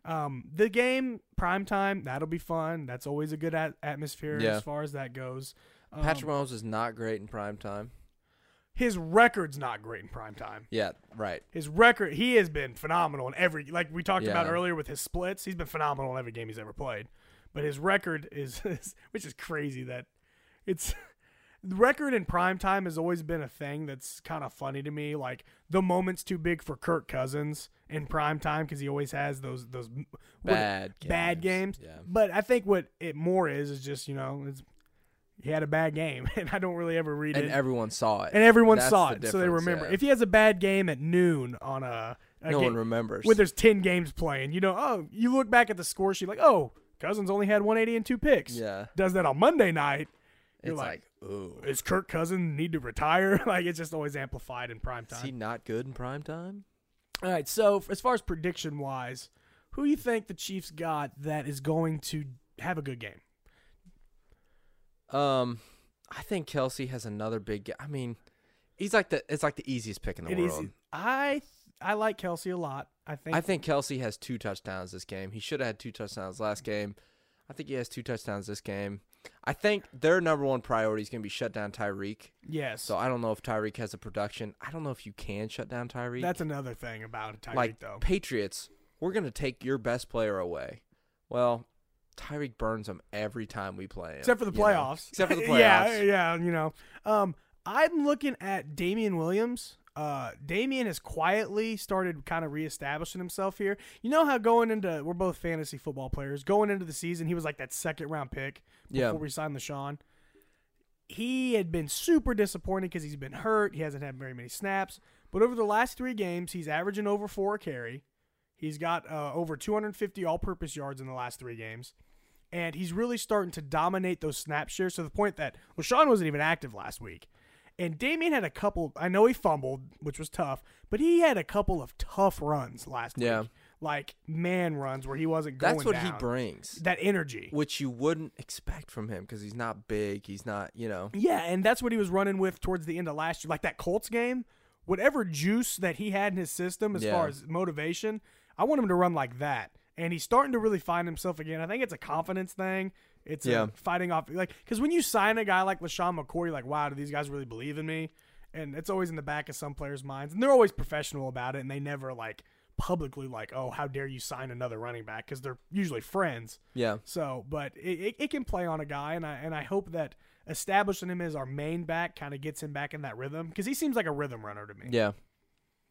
Speaker 1: um, the game prime time that'll be fun. That's always a good at- atmosphere
Speaker 3: Yeah.
Speaker 1: as far as that goes. Um,
Speaker 3: Patrick Mahomes is not great in prime time.
Speaker 1: his record's not great in prime time.
Speaker 3: Yeah, right.
Speaker 1: His record, he has been phenomenal in every, like we talked about
Speaker 3: Yeah.
Speaker 1: earlier with his splits. He's been phenomenal in every game he's ever played. But his record is, is which is crazy that it's the record in prime time has always been a thing that's kind of funny to me. Like the moment's too big for Kirk Cousins in prime time because he always has those those what-
Speaker 3: Bad
Speaker 1: bad
Speaker 3: games.
Speaker 1: games.
Speaker 3: Yeah.
Speaker 1: But I think what it more is is just you know it's, he had a bad game, and I don't really ever read
Speaker 3: And
Speaker 1: it.
Speaker 3: everyone saw it.
Speaker 1: and everyone
Speaker 3: That's
Speaker 1: saw
Speaker 3: the
Speaker 1: it, so they
Speaker 3: difference,
Speaker 1: remember.
Speaker 3: yeah.
Speaker 1: If he has a bad game at noon on a, a
Speaker 3: no
Speaker 1: ga-
Speaker 3: one remembers.
Speaker 1: when there's ten games playing, you know, oh, you look back at the score sheet like, oh, Cousins only had 180 and two picks.
Speaker 3: Yeah.
Speaker 1: does that on Monday night. You're
Speaker 3: it's like,
Speaker 1: like,
Speaker 3: ooh,
Speaker 1: is Kirk Cousins need to retire? like it's just always amplified in prime
Speaker 3: is
Speaker 1: time.
Speaker 3: he not good in prime time?
Speaker 1: All right. So f- as far as prediction wise, who you think the Chiefs got that is going to have a good game?
Speaker 3: Um, I think Kelsey has another big. Ga- I mean, he's like the. It's like the easiest pick in the
Speaker 1: It is.
Speaker 3: world.
Speaker 1: I I like Kelsey a lot. I think.
Speaker 3: I think Kelsey has two touchdowns this game. He should have had two touchdowns last game. I think he has two touchdowns this game. I think their number one priority is going to be shut down Tyreek.
Speaker 1: yes.
Speaker 3: So I don't know if Tyreek has the production. I don't know if you can shut down Tyreek.
Speaker 1: that's another thing about Tyreek
Speaker 3: like
Speaker 1: though.
Speaker 3: Patriots, we're going to take your best player away. Well, Tyreek burns them every time we play him.
Speaker 1: Except for the
Speaker 3: you know?
Speaker 1: playoffs.
Speaker 3: Except for the playoffs.
Speaker 1: yeah, yeah, you know. Um, I'm looking at Damian Williams. Uh, Damian has quietly started kind of reestablishing himself here. You know how going into we're both fantasy football players. Going into the season, he was like that second round pick
Speaker 3: Yeah.
Speaker 1: before we signed the Sean. He had been super disappointed because he's been hurt. He hasn't had very many snaps. But over the last three games, he's averaging over four a carry. He's got uh, over 250 all-purpose yards in the last three games and he's really starting to dominate those snap shares to the point that LaShawn wasn't even active last week. And Damien had a couple, I know he fumbled, which was tough, but he had a couple of tough runs last
Speaker 3: Yeah.
Speaker 1: week. Like man runs where he wasn't going
Speaker 3: That's what he
Speaker 1: down.
Speaker 3: brings,
Speaker 1: That energy.
Speaker 3: which you wouldn't expect from him because he's not big. He's not, you know.
Speaker 1: Yeah, and that's what he was running with towards the end of last year. Like that Colts game, whatever juice that he had in his system as
Speaker 3: Yeah.
Speaker 1: far as motivation, I want him to run like that. And he's starting to really find himself again. I think it's a confidence thing. It's
Speaker 3: Yeah.
Speaker 1: a fighting off like because when you sign a guy like LaShawn McCoy, you're like, wow, do these guys really believe in me? And it's always in the back of some players' minds, and they're always professional about it, and they never like publicly like, oh, how dare you sign another running back? Because they're usually friends.
Speaker 3: Yeah.
Speaker 1: So, but it, it, it can play on a guy, and I and I hope that establishing him as our main back kind of gets him back in that rhythm because he seems like a rhythm runner to me.
Speaker 3: Yeah.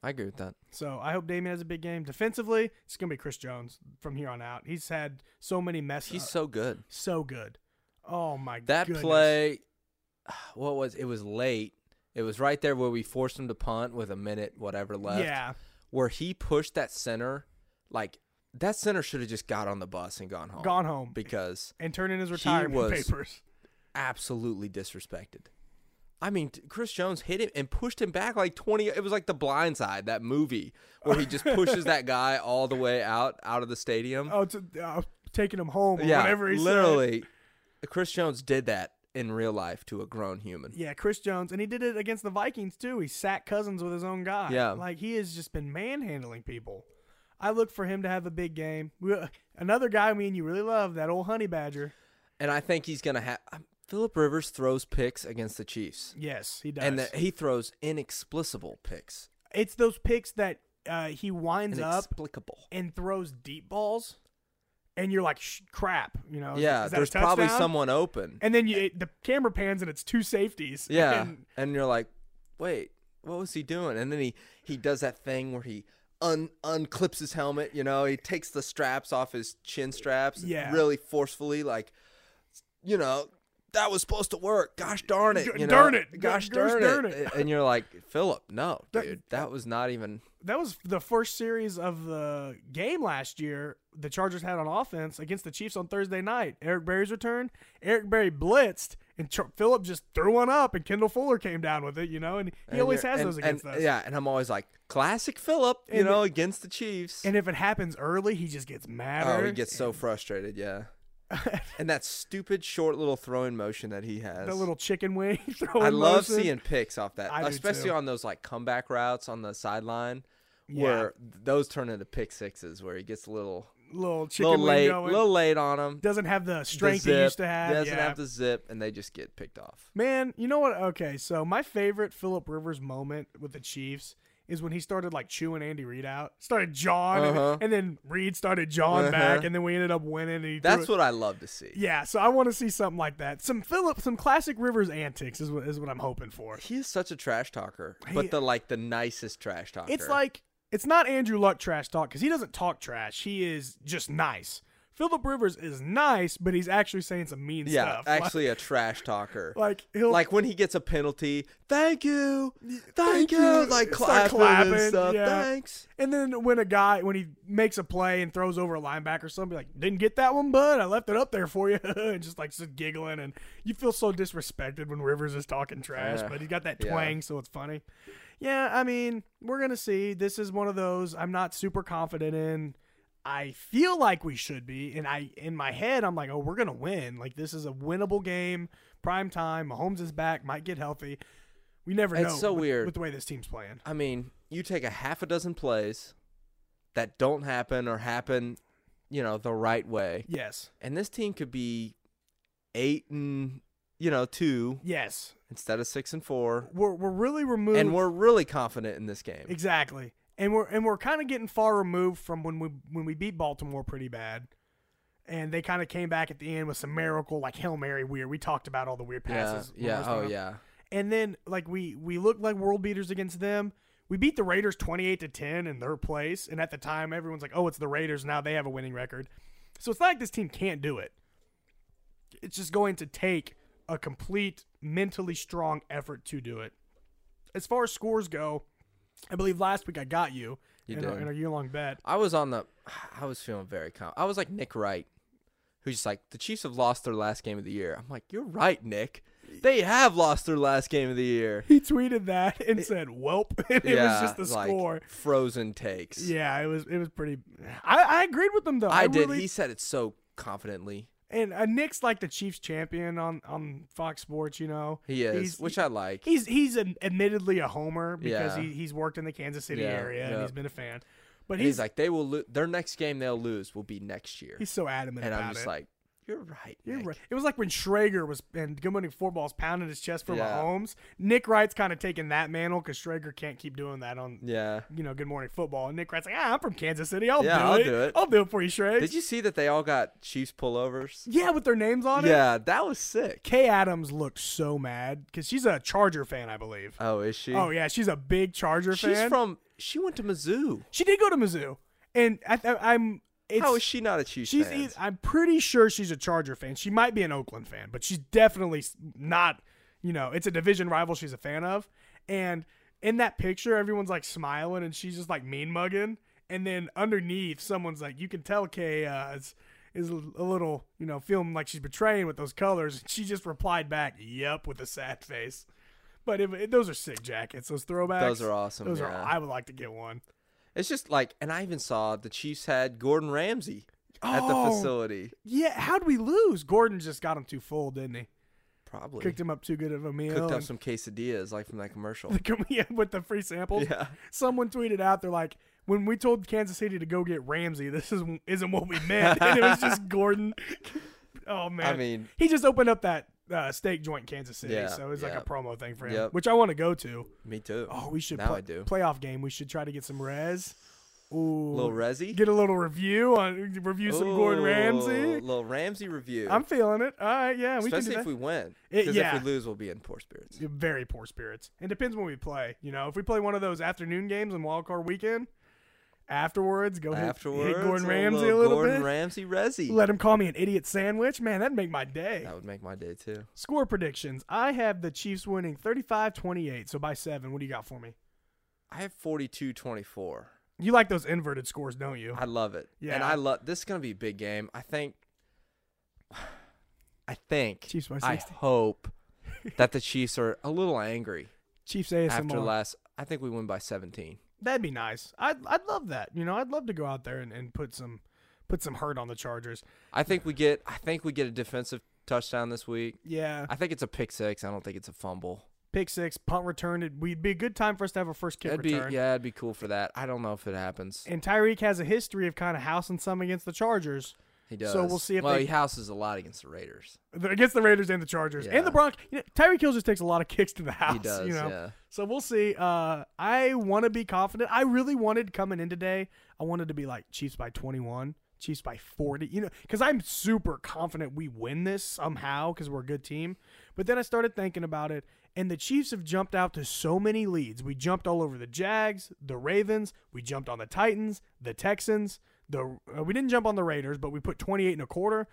Speaker 3: I agree with that.
Speaker 1: So I hope Damien has a big game defensively. It's gonna be Chris Jones from here on out. He's had so many messes.
Speaker 3: He's so good.
Speaker 1: so good. Oh my god.
Speaker 3: That play, what was it? Was late. It was right there where we forced him to punt with a minute, whatever left.
Speaker 1: Yeah.
Speaker 3: Where he pushed that center, like that center should have just got on the bus and gone home.
Speaker 1: Gone home.
Speaker 3: because
Speaker 1: and turn in his retirement
Speaker 3: was-
Speaker 1: papers.
Speaker 3: absolutely disrespected. I mean, t- Chris Jones hit him and pushed him back like 20. It was like the blind side, that movie where he just pushes that guy all the way out out of the stadium.
Speaker 1: Oh, to, uh, taking him home. Or
Speaker 3: yeah,
Speaker 1: Whatever he said.
Speaker 3: literally. Chris Jones did that in real life to a grown human.
Speaker 1: Yeah, Chris Jones, and he did it against the Vikings too. He sacked Cousins with his own guy.
Speaker 3: Yeah.
Speaker 1: like he has just been manhandling people. I look for him to have a big uh, game. We, another guy, me and you really love that old honey badger.
Speaker 3: And I think he's gonna have. Philip Rivers throws picks against the Chiefs,
Speaker 1: Yes, he does.
Speaker 3: and that he throws inexplicable picks.
Speaker 1: it's those picks that uh, he winds up
Speaker 3: Inexplicable.
Speaker 1: and throws deep balls, and you're like, Sh- crap, you know? Oh, is-
Speaker 3: Yeah,
Speaker 1: is that a
Speaker 3: there's probably
Speaker 1: touchdown?
Speaker 3: someone open.
Speaker 1: And then you, it, the camera pans and it's two safeties.
Speaker 3: Yeah,
Speaker 1: And-
Speaker 3: and you're like, wait, what was he doing? And then he he does that thing where he un unclips his helmet. You know, he takes the straps off his chin straps.
Speaker 1: Yeah.
Speaker 3: really forcefully, like, you know. That was supposed to work. Gosh darn it!
Speaker 1: G-
Speaker 3: you know?
Speaker 1: darn it.
Speaker 3: Gosh
Speaker 1: G- gosh
Speaker 3: darn,
Speaker 1: darn
Speaker 3: it!
Speaker 1: it.
Speaker 3: And you're like, Philip, no,
Speaker 1: That-
Speaker 3: dude, that was not even.
Speaker 1: that was the first series of the game last year the Chargers had on offense against the Chiefs on Thursday night. Eric Berry's return. Eric Berry blitzed, and Ch- Phillip just threw one up, and Kendall Fuller came down with it, you know, and he
Speaker 3: and
Speaker 1: always
Speaker 3: you're-
Speaker 1: has
Speaker 3: and-
Speaker 1: those against
Speaker 3: and,
Speaker 1: us.
Speaker 3: Yeah, and I'm always like, classic Philip, you
Speaker 1: And-
Speaker 3: know, against the Chiefs.
Speaker 1: And if it happens early, he just gets madder.
Speaker 3: Oh, he gets so frustrated, yeah. and that stupid short little throwing motion that he has.
Speaker 1: the little chicken wing. throwing
Speaker 3: I love
Speaker 1: motion.
Speaker 3: seeing picks off that,
Speaker 1: I do
Speaker 3: especially
Speaker 1: too.
Speaker 3: on those like comeback routes on the sideline,
Speaker 1: Yeah.
Speaker 3: where those turn into pick sixes, where he gets a little,
Speaker 1: little chicken
Speaker 3: little
Speaker 1: wing
Speaker 3: late,
Speaker 1: going.
Speaker 3: little late on him.
Speaker 1: doesn't have the strength he used to have.
Speaker 3: Doesn't
Speaker 1: yeah.
Speaker 3: have the zip, and they just get picked off.
Speaker 1: Man, you know what? Okay, so my favorite Philip Rivers moment with the Chiefs is when he started like chewing Andy Reid out, started jawing, and-
Speaker 3: Uh-huh.
Speaker 1: and, then Reid started jawing back,
Speaker 3: Uh-huh.
Speaker 1: and then we ended up winning. And he
Speaker 3: That's
Speaker 1: threw it-
Speaker 3: what I love to see.
Speaker 1: Yeah, so I want to see something like that. Some Philip, some classic Rivers antics is what is what I'm hoping for.
Speaker 3: He is such a trash talker,
Speaker 1: He-
Speaker 3: but the like the nicest trash talker.
Speaker 1: It's like it's not Andrew Luck trash talk because he doesn't talk trash. He is just nice. Philip Rivers is nice, but he's actually saying some mean
Speaker 3: yeah,
Speaker 1: stuff. Like-
Speaker 3: actually a trash talker.
Speaker 1: like he'll
Speaker 3: like when he gets a penalty, thank you, thank,
Speaker 1: thank
Speaker 3: you,
Speaker 1: you.
Speaker 3: like
Speaker 1: Start
Speaker 3: clapping,
Speaker 1: clapping,
Speaker 3: and stuff.
Speaker 1: yeah.
Speaker 3: Thanks.
Speaker 1: And then when a guy when he makes a play and throws over a linebacker or something, be like didn't get that one, bud. I left it up there for you, and just like just giggling, and you feel so disrespected when Rivers is talking trash,
Speaker 3: Yeah.
Speaker 1: but he's got that
Speaker 3: Uh, Yeah.
Speaker 1: twang, so it's funny. Yeah, I mean, we're gonna see. This is one of those I'm not super confident in. I feel like we should be, and I in my head I'm like, oh, we're gonna win. Like this is a winnable game, prime time. Mahomes is back, might get healthy. We never
Speaker 3: It's
Speaker 1: know.
Speaker 3: so
Speaker 1: with-
Speaker 3: weird.
Speaker 1: with the way this team's playing.
Speaker 3: I mean, you take a half a dozen plays that don't happen or happen, you know, the right way,
Speaker 1: Yes,
Speaker 3: and this team could be eight and you know two
Speaker 1: yes.
Speaker 3: instead of six and four,
Speaker 1: we're we're really removed
Speaker 3: and we're really confident in this game.
Speaker 1: exactly and we're and we're kind of getting far removed from when we when we beat Baltimore pretty bad and they kind of came back at the end with some miracle like Hail Mary weird we talked about all the weird
Speaker 3: Yeah,
Speaker 1: passes when we
Speaker 3: yeah,
Speaker 1: were
Speaker 3: oh
Speaker 1: starting.
Speaker 3: yeah.
Speaker 1: and then like we we looked like world beaters against them we beat the Raiders 28 to 10 in their place and at the time everyone's like oh it's the Raiders now they have a winning record so it's not like this team can't do it it's just going to take a complete mentally strong effort to do it as far as scores go, I believe last week I got you,
Speaker 3: You
Speaker 1: in, a,
Speaker 3: did.
Speaker 1: in a year-long bet.
Speaker 3: I was on the. I was feeling very calm. I was like Nick Wright, who's just like the Chiefs have lost their last game of the year. I'm like, you're right, Nick. They have lost their last game of the year.
Speaker 1: He tweeted that and said, "Welp." And it was just the
Speaker 3: like,
Speaker 1: score.
Speaker 3: Frozen takes.
Speaker 1: Yeah, it was. It was pretty. I, I agreed with them though.
Speaker 3: I, did.
Speaker 1: really-
Speaker 3: He said it so confidently.
Speaker 1: and uh, Nick's like the Chiefs champion on on Fox Sports. You know,
Speaker 3: He is,
Speaker 1: He's-
Speaker 3: which I like.
Speaker 1: He's he's an, admittedly a homer because
Speaker 3: Yeah.
Speaker 1: he, he's worked in the Kansas City
Speaker 3: Yeah,
Speaker 1: area and
Speaker 3: yeah.
Speaker 1: he's been a fan. But
Speaker 3: And he's
Speaker 1: he's,
Speaker 3: like, they will. Lo- their next game they'll lose will be next year.
Speaker 1: he's so adamant
Speaker 3: and
Speaker 1: about
Speaker 3: I'm just
Speaker 1: it.
Speaker 3: like, you're right.
Speaker 1: You're
Speaker 3: Nick."
Speaker 1: right. It was like when Schrager was and Good Morning Football was pounding his chest for
Speaker 3: Yeah.
Speaker 1: Mahomes. Nick Wright's kind of taking that mantle because Schrager can't keep doing that on
Speaker 3: Yeah.
Speaker 1: you know Good Morning Football. And Nick Wright's like, ah, I'm from Kansas City. I'll
Speaker 3: Yeah,
Speaker 1: do
Speaker 3: I'll
Speaker 1: it.
Speaker 3: do it."
Speaker 1: I'll do it for you, Schrager.
Speaker 3: Did you see that they all got Chiefs pullovers?
Speaker 1: yeah, with their names on it.
Speaker 3: Yeah, that was sick.
Speaker 1: Kay Adams looked so mad because she's a Charger fan, I believe.
Speaker 3: Oh, is she?
Speaker 1: oh yeah, she's a big Charger
Speaker 3: She's
Speaker 1: fan.
Speaker 3: from. She went to Mizzou.
Speaker 1: she did go to Mizzou, and I, I, I'm. It's,
Speaker 3: How is she not a Chiefs
Speaker 1: She's. e-,
Speaker 3: fan?
Speaker 1: eith- I'm pretty sure she's a Charger fan. She might be an Oakland fan, but she's definitely s- not. You know, it's a division rival she's a fan of, and in that picture, everyone's like smiling, and she's just like mean mugging. And then underneath, someone's like, you can tell Kay uh, is, is a little, you know, feeling like she's betraying with those colors. And she just replied back, "Yep," with a sad face. But if, those are sick jackets. Those throwbacks.
Speaker 3: Those are awesome,
Speaker 1: Those are.
Speaker 3: yeah.
Speaker 1: I would like to get one.
Speaker 3: It's just like, and I even saw the Chiefs had Gordon Ramsay at the
Speaker 1: Oh.
Speaker 3: facility.
Speaker 1: Yeah, how'd we lose? Gordon just got him too full, didn't he?
Speaker 3: Probably
Speaker 1: Cooked him up too good of a meal.
Speaker 3: Cooked up
Speaker 1: and-
Speaker 3: some quesadillas, like from that commercial.
Speaker 1: the com- yeah, with the free samples.
Speaker 3: yeah,
Speaker 1: Someone tweeted out, they're like, when we told Kansas City to go get Ramsey, this is, isn't what we meant. and it was just Gordon. Oh, man.
Speaker 3: mean-
Speaker 1: he just opened up that uh, steak joint, Kansas City.
Speaker 3: Yeah,
Speaker 1: so it's like
Speaker 3: yeah.
Speaker 1: a promo thing for him,
Speaker 3: Yep.
Speaker 1: which I want to go to.
Speaker 3: Me too.
Speaker 1: Oh, we should
Speaker 3: Now
Speaker 1: play,
Speaker 3: I do.
Speaker 1: playoff game. We should try to get some res. Ooh,
Speaker 3: Little Rezzy.
Speaker 1: get a little review on review some Gordon
Speaker 3: Ooh,
Speaker 1: Ramsay.
Speaker 3: Little Ramsey review.
Speaker 1: I'm feeling it. All right, yeah, we
Speaker 3: Especially
Speaker 1: can
Speaker 3: if
Speaker 1: do
Speaker 3: we win.
Speaker 1: It-
Speaker 3: Because
Speaker 1: yeah.
Speaker 3: if we lose, we'll be in poor spirits.
Speaker 1: that. Very poor spirits. It depends when we play. You know, if we play one of those afternoon games on Wild Card Weekend, afterwards go hit-
Speaker 3: Afterwards,
Speaker 1: hit Gordon
Speaker 3: a
Speaker 1: Ramsay a
Speaker 3: little
Speaker 1: little
Speaker 3: Gordon
Speaker 1: bit.
Speaker 3: Ramsay Rezzy.
Speaker 1: Let him call me an idiot sandwich. Man, that'd make my day.
Speaker 3: that would make my day too.
Speaker 1: Score predictions. I have the Chiefs winning 35 28. So by seven, what do you got for me?
Speaker 3: I have 42 24.
Speaker 1: You like those inverted scores, don't you?
Speaker 3: I love it. And
Speaker 1: Yeah.
Speaker 3: I love this is going to be a big game. I think I think
Speaker 1: Chiefs by
Speaker 3: I
Speaker 1: 60.
Speaker 3: hope that the Chiefs are a little angry
Speaker 1: Chiefs ASMR.
Speaker 3: after last. I think we win by 17.
Speaker 1: That'd be nice. I'd, I'd love that. You know, I'd love to go out there and, and put some put some hurt on the Chargers.
Speaker 3: I think we get I think we get a defensive touchdown this week.
Speaker 1: Yeah.
Speaker 3: I think it's a pick six. I don't think it's a fumble.
Speaker 1: Pick six, punt return. It would be a good time for us to have a first kick
Speaker 3: That'd be
Speaker 1: return.
Speaker 3: yeah, it'd be cool for that. I don't know if it happens.
Speaker 1: And Tyreek has a history of kind of housing some against the Chargers.
Speaker 3: He does.
Speaker 1: So we'll see if
Speaker 3: well,
Speaker 1: they-
Speaker 3: he houses a lot against the Raiders.
Speaker 1: against the Raiders and the Chargers
Speaker 3: Yeah.
Speaker 1: and the Broncos. You know, Tyreek Hill just takes a lot of kicks to the house.
Speaker 3: does,
Speaker 1: you know?
Speaker 3: yeah.
Speaker 1: So we'll see. Uh, I want to be confident. I really wanted coming in today. I wanted to be like Chiefs by 21, Chiefs by 40. You know, because I'm super confident we win this somehow because we're a good team. But then I started thinking about it, and the Chiefs have jumped out to so many leads. We jumped all over the Jags, the Ravens. We jumped on the Titans, the Texans. The uh, we didn't jump on the Raiders, but we put 28 and a quarter.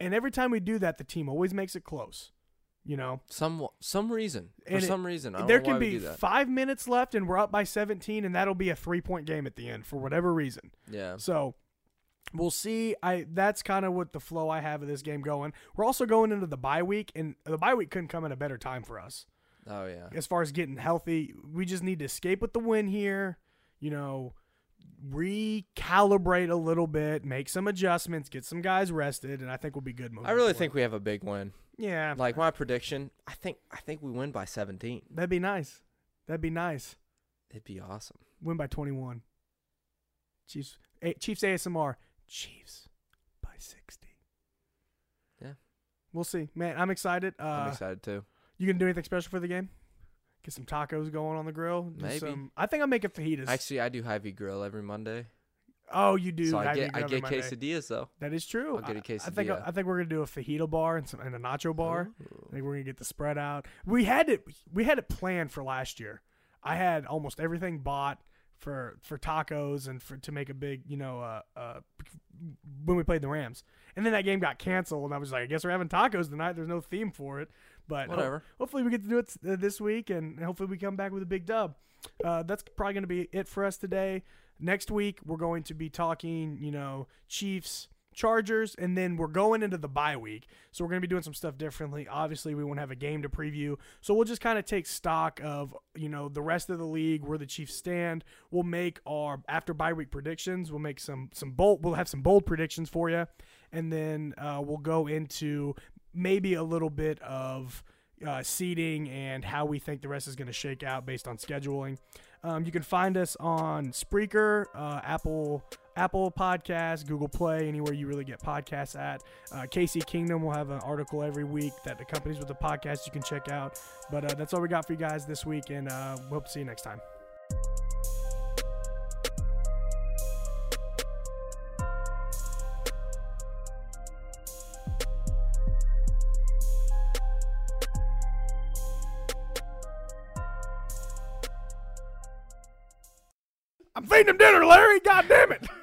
Speaker 1: And every time we do that, the team always makes it close. You know,
Speaker 3: Some some reason for
Speaker 1: And it-
Speaker 3: some reason I don't
Speaker 1: there
Speaker 3: know
Speaker 1: can
Speaker 3: why we
Speaker 1: be
Speaker 3: do that.
Speaker 1: five minutes left, and we're up by 17, and that'll be a three point game at the end for whatever reason.
Speaker 3: yeah.
Speaker 1: So we'll see. I that's kind of what the flow I have of this game going. We're also going into the bye week, and the bye week couldn't come at a better time for us
Speaker 3: Oh yeah.
Speaker 1: as far as getting healthy. We just need to escape with the win here. You know, recalibrate a little bit, make some adjustments, get some guys rested, and I think we'll be good. Moving
Speaker 3: I really
Speaker 1: forward.
Speaker 3: think we have a big win.
Speaker 1: yeah,
Speaker 3: Like my prediction, I think I think we win by 17.
Speaker 1: that'd be nice. That'd be nice.
Speaker 3: It'd be awesome.
Speaker 1: Win by 21. Chiefs. A- Chiefs ASMR. Chiefs by 60.
Speaker 3: Yeah.
Speaker 1: We'll see, man. I'm excited. Uh,
Speaker 3: I'm excited too.
Speaker 1: You gonna do anything special for the game? Get some tacos going on the grill. do
Speaker 3: Maybe.
Speaker 1: some- I think I'm making fajitas.
Speaker 3: Actually, I do Hy-Vee grill every Monday,
Speaker 1: oh, you do.
Speaker 3: so I
Speaker 1: have
Speaker 3: get
Speaker 1: your
Speaker 3: I
Speaker 1: other
Speaker 3: get
Speaker 1: Monday.
Speaker 3: quesadillas though.
Speaker 1: That is true.
Speaker 3: I'll get a
Speaker 1: I, I think
Speaker 3: quesadilla.
Speaker 1: I think we're gonna do a fajita bar and some and a nacho bar.
Speaker 3: Oh.
Speaker 1: I think we're gonna get the spread out. We had it we had it planned for last year. I had almost everything bought for for tacos and for to make a big you know uh, uh when we played the Rams. And then that game got canceled, and I was like, I guess we're having tacos tonight. There's no theme for it, but ho-
Speaker 3: Whatever.
Speaker 1: hopefully we get to do it uh, this week, and hopefully we come back with a big dub. Uh, that's probably going to be it for us today. Next week we're going to be talking, you know, Chiefs, Chargers, and then we're going into the bye week, so we're going to be doing some stuff differently. Obviously, we won't have a game to preview, so we'll just kind of take stock of you know the rest of the league, where the Chiefs stand. We'll make our after bye week predictions. We'll make some some bold. We'll have some bold predictions for you, and then uh, we'll go into maybe a little bit of uh, seating and how we think the rest is going to shake out based on scheduling. Um, you can find us on Spreaker, uh, Apple. Apple Podcasts, Google Play, anywhere you really get podcasts at. Uh, Casey Kingdom will have an article every week that accompanies with the podcast you can check out. But uh, that's all we got for you guys this week, and uh, we hope to see you next time. I'm feeding him dinner, Larry. God damn it.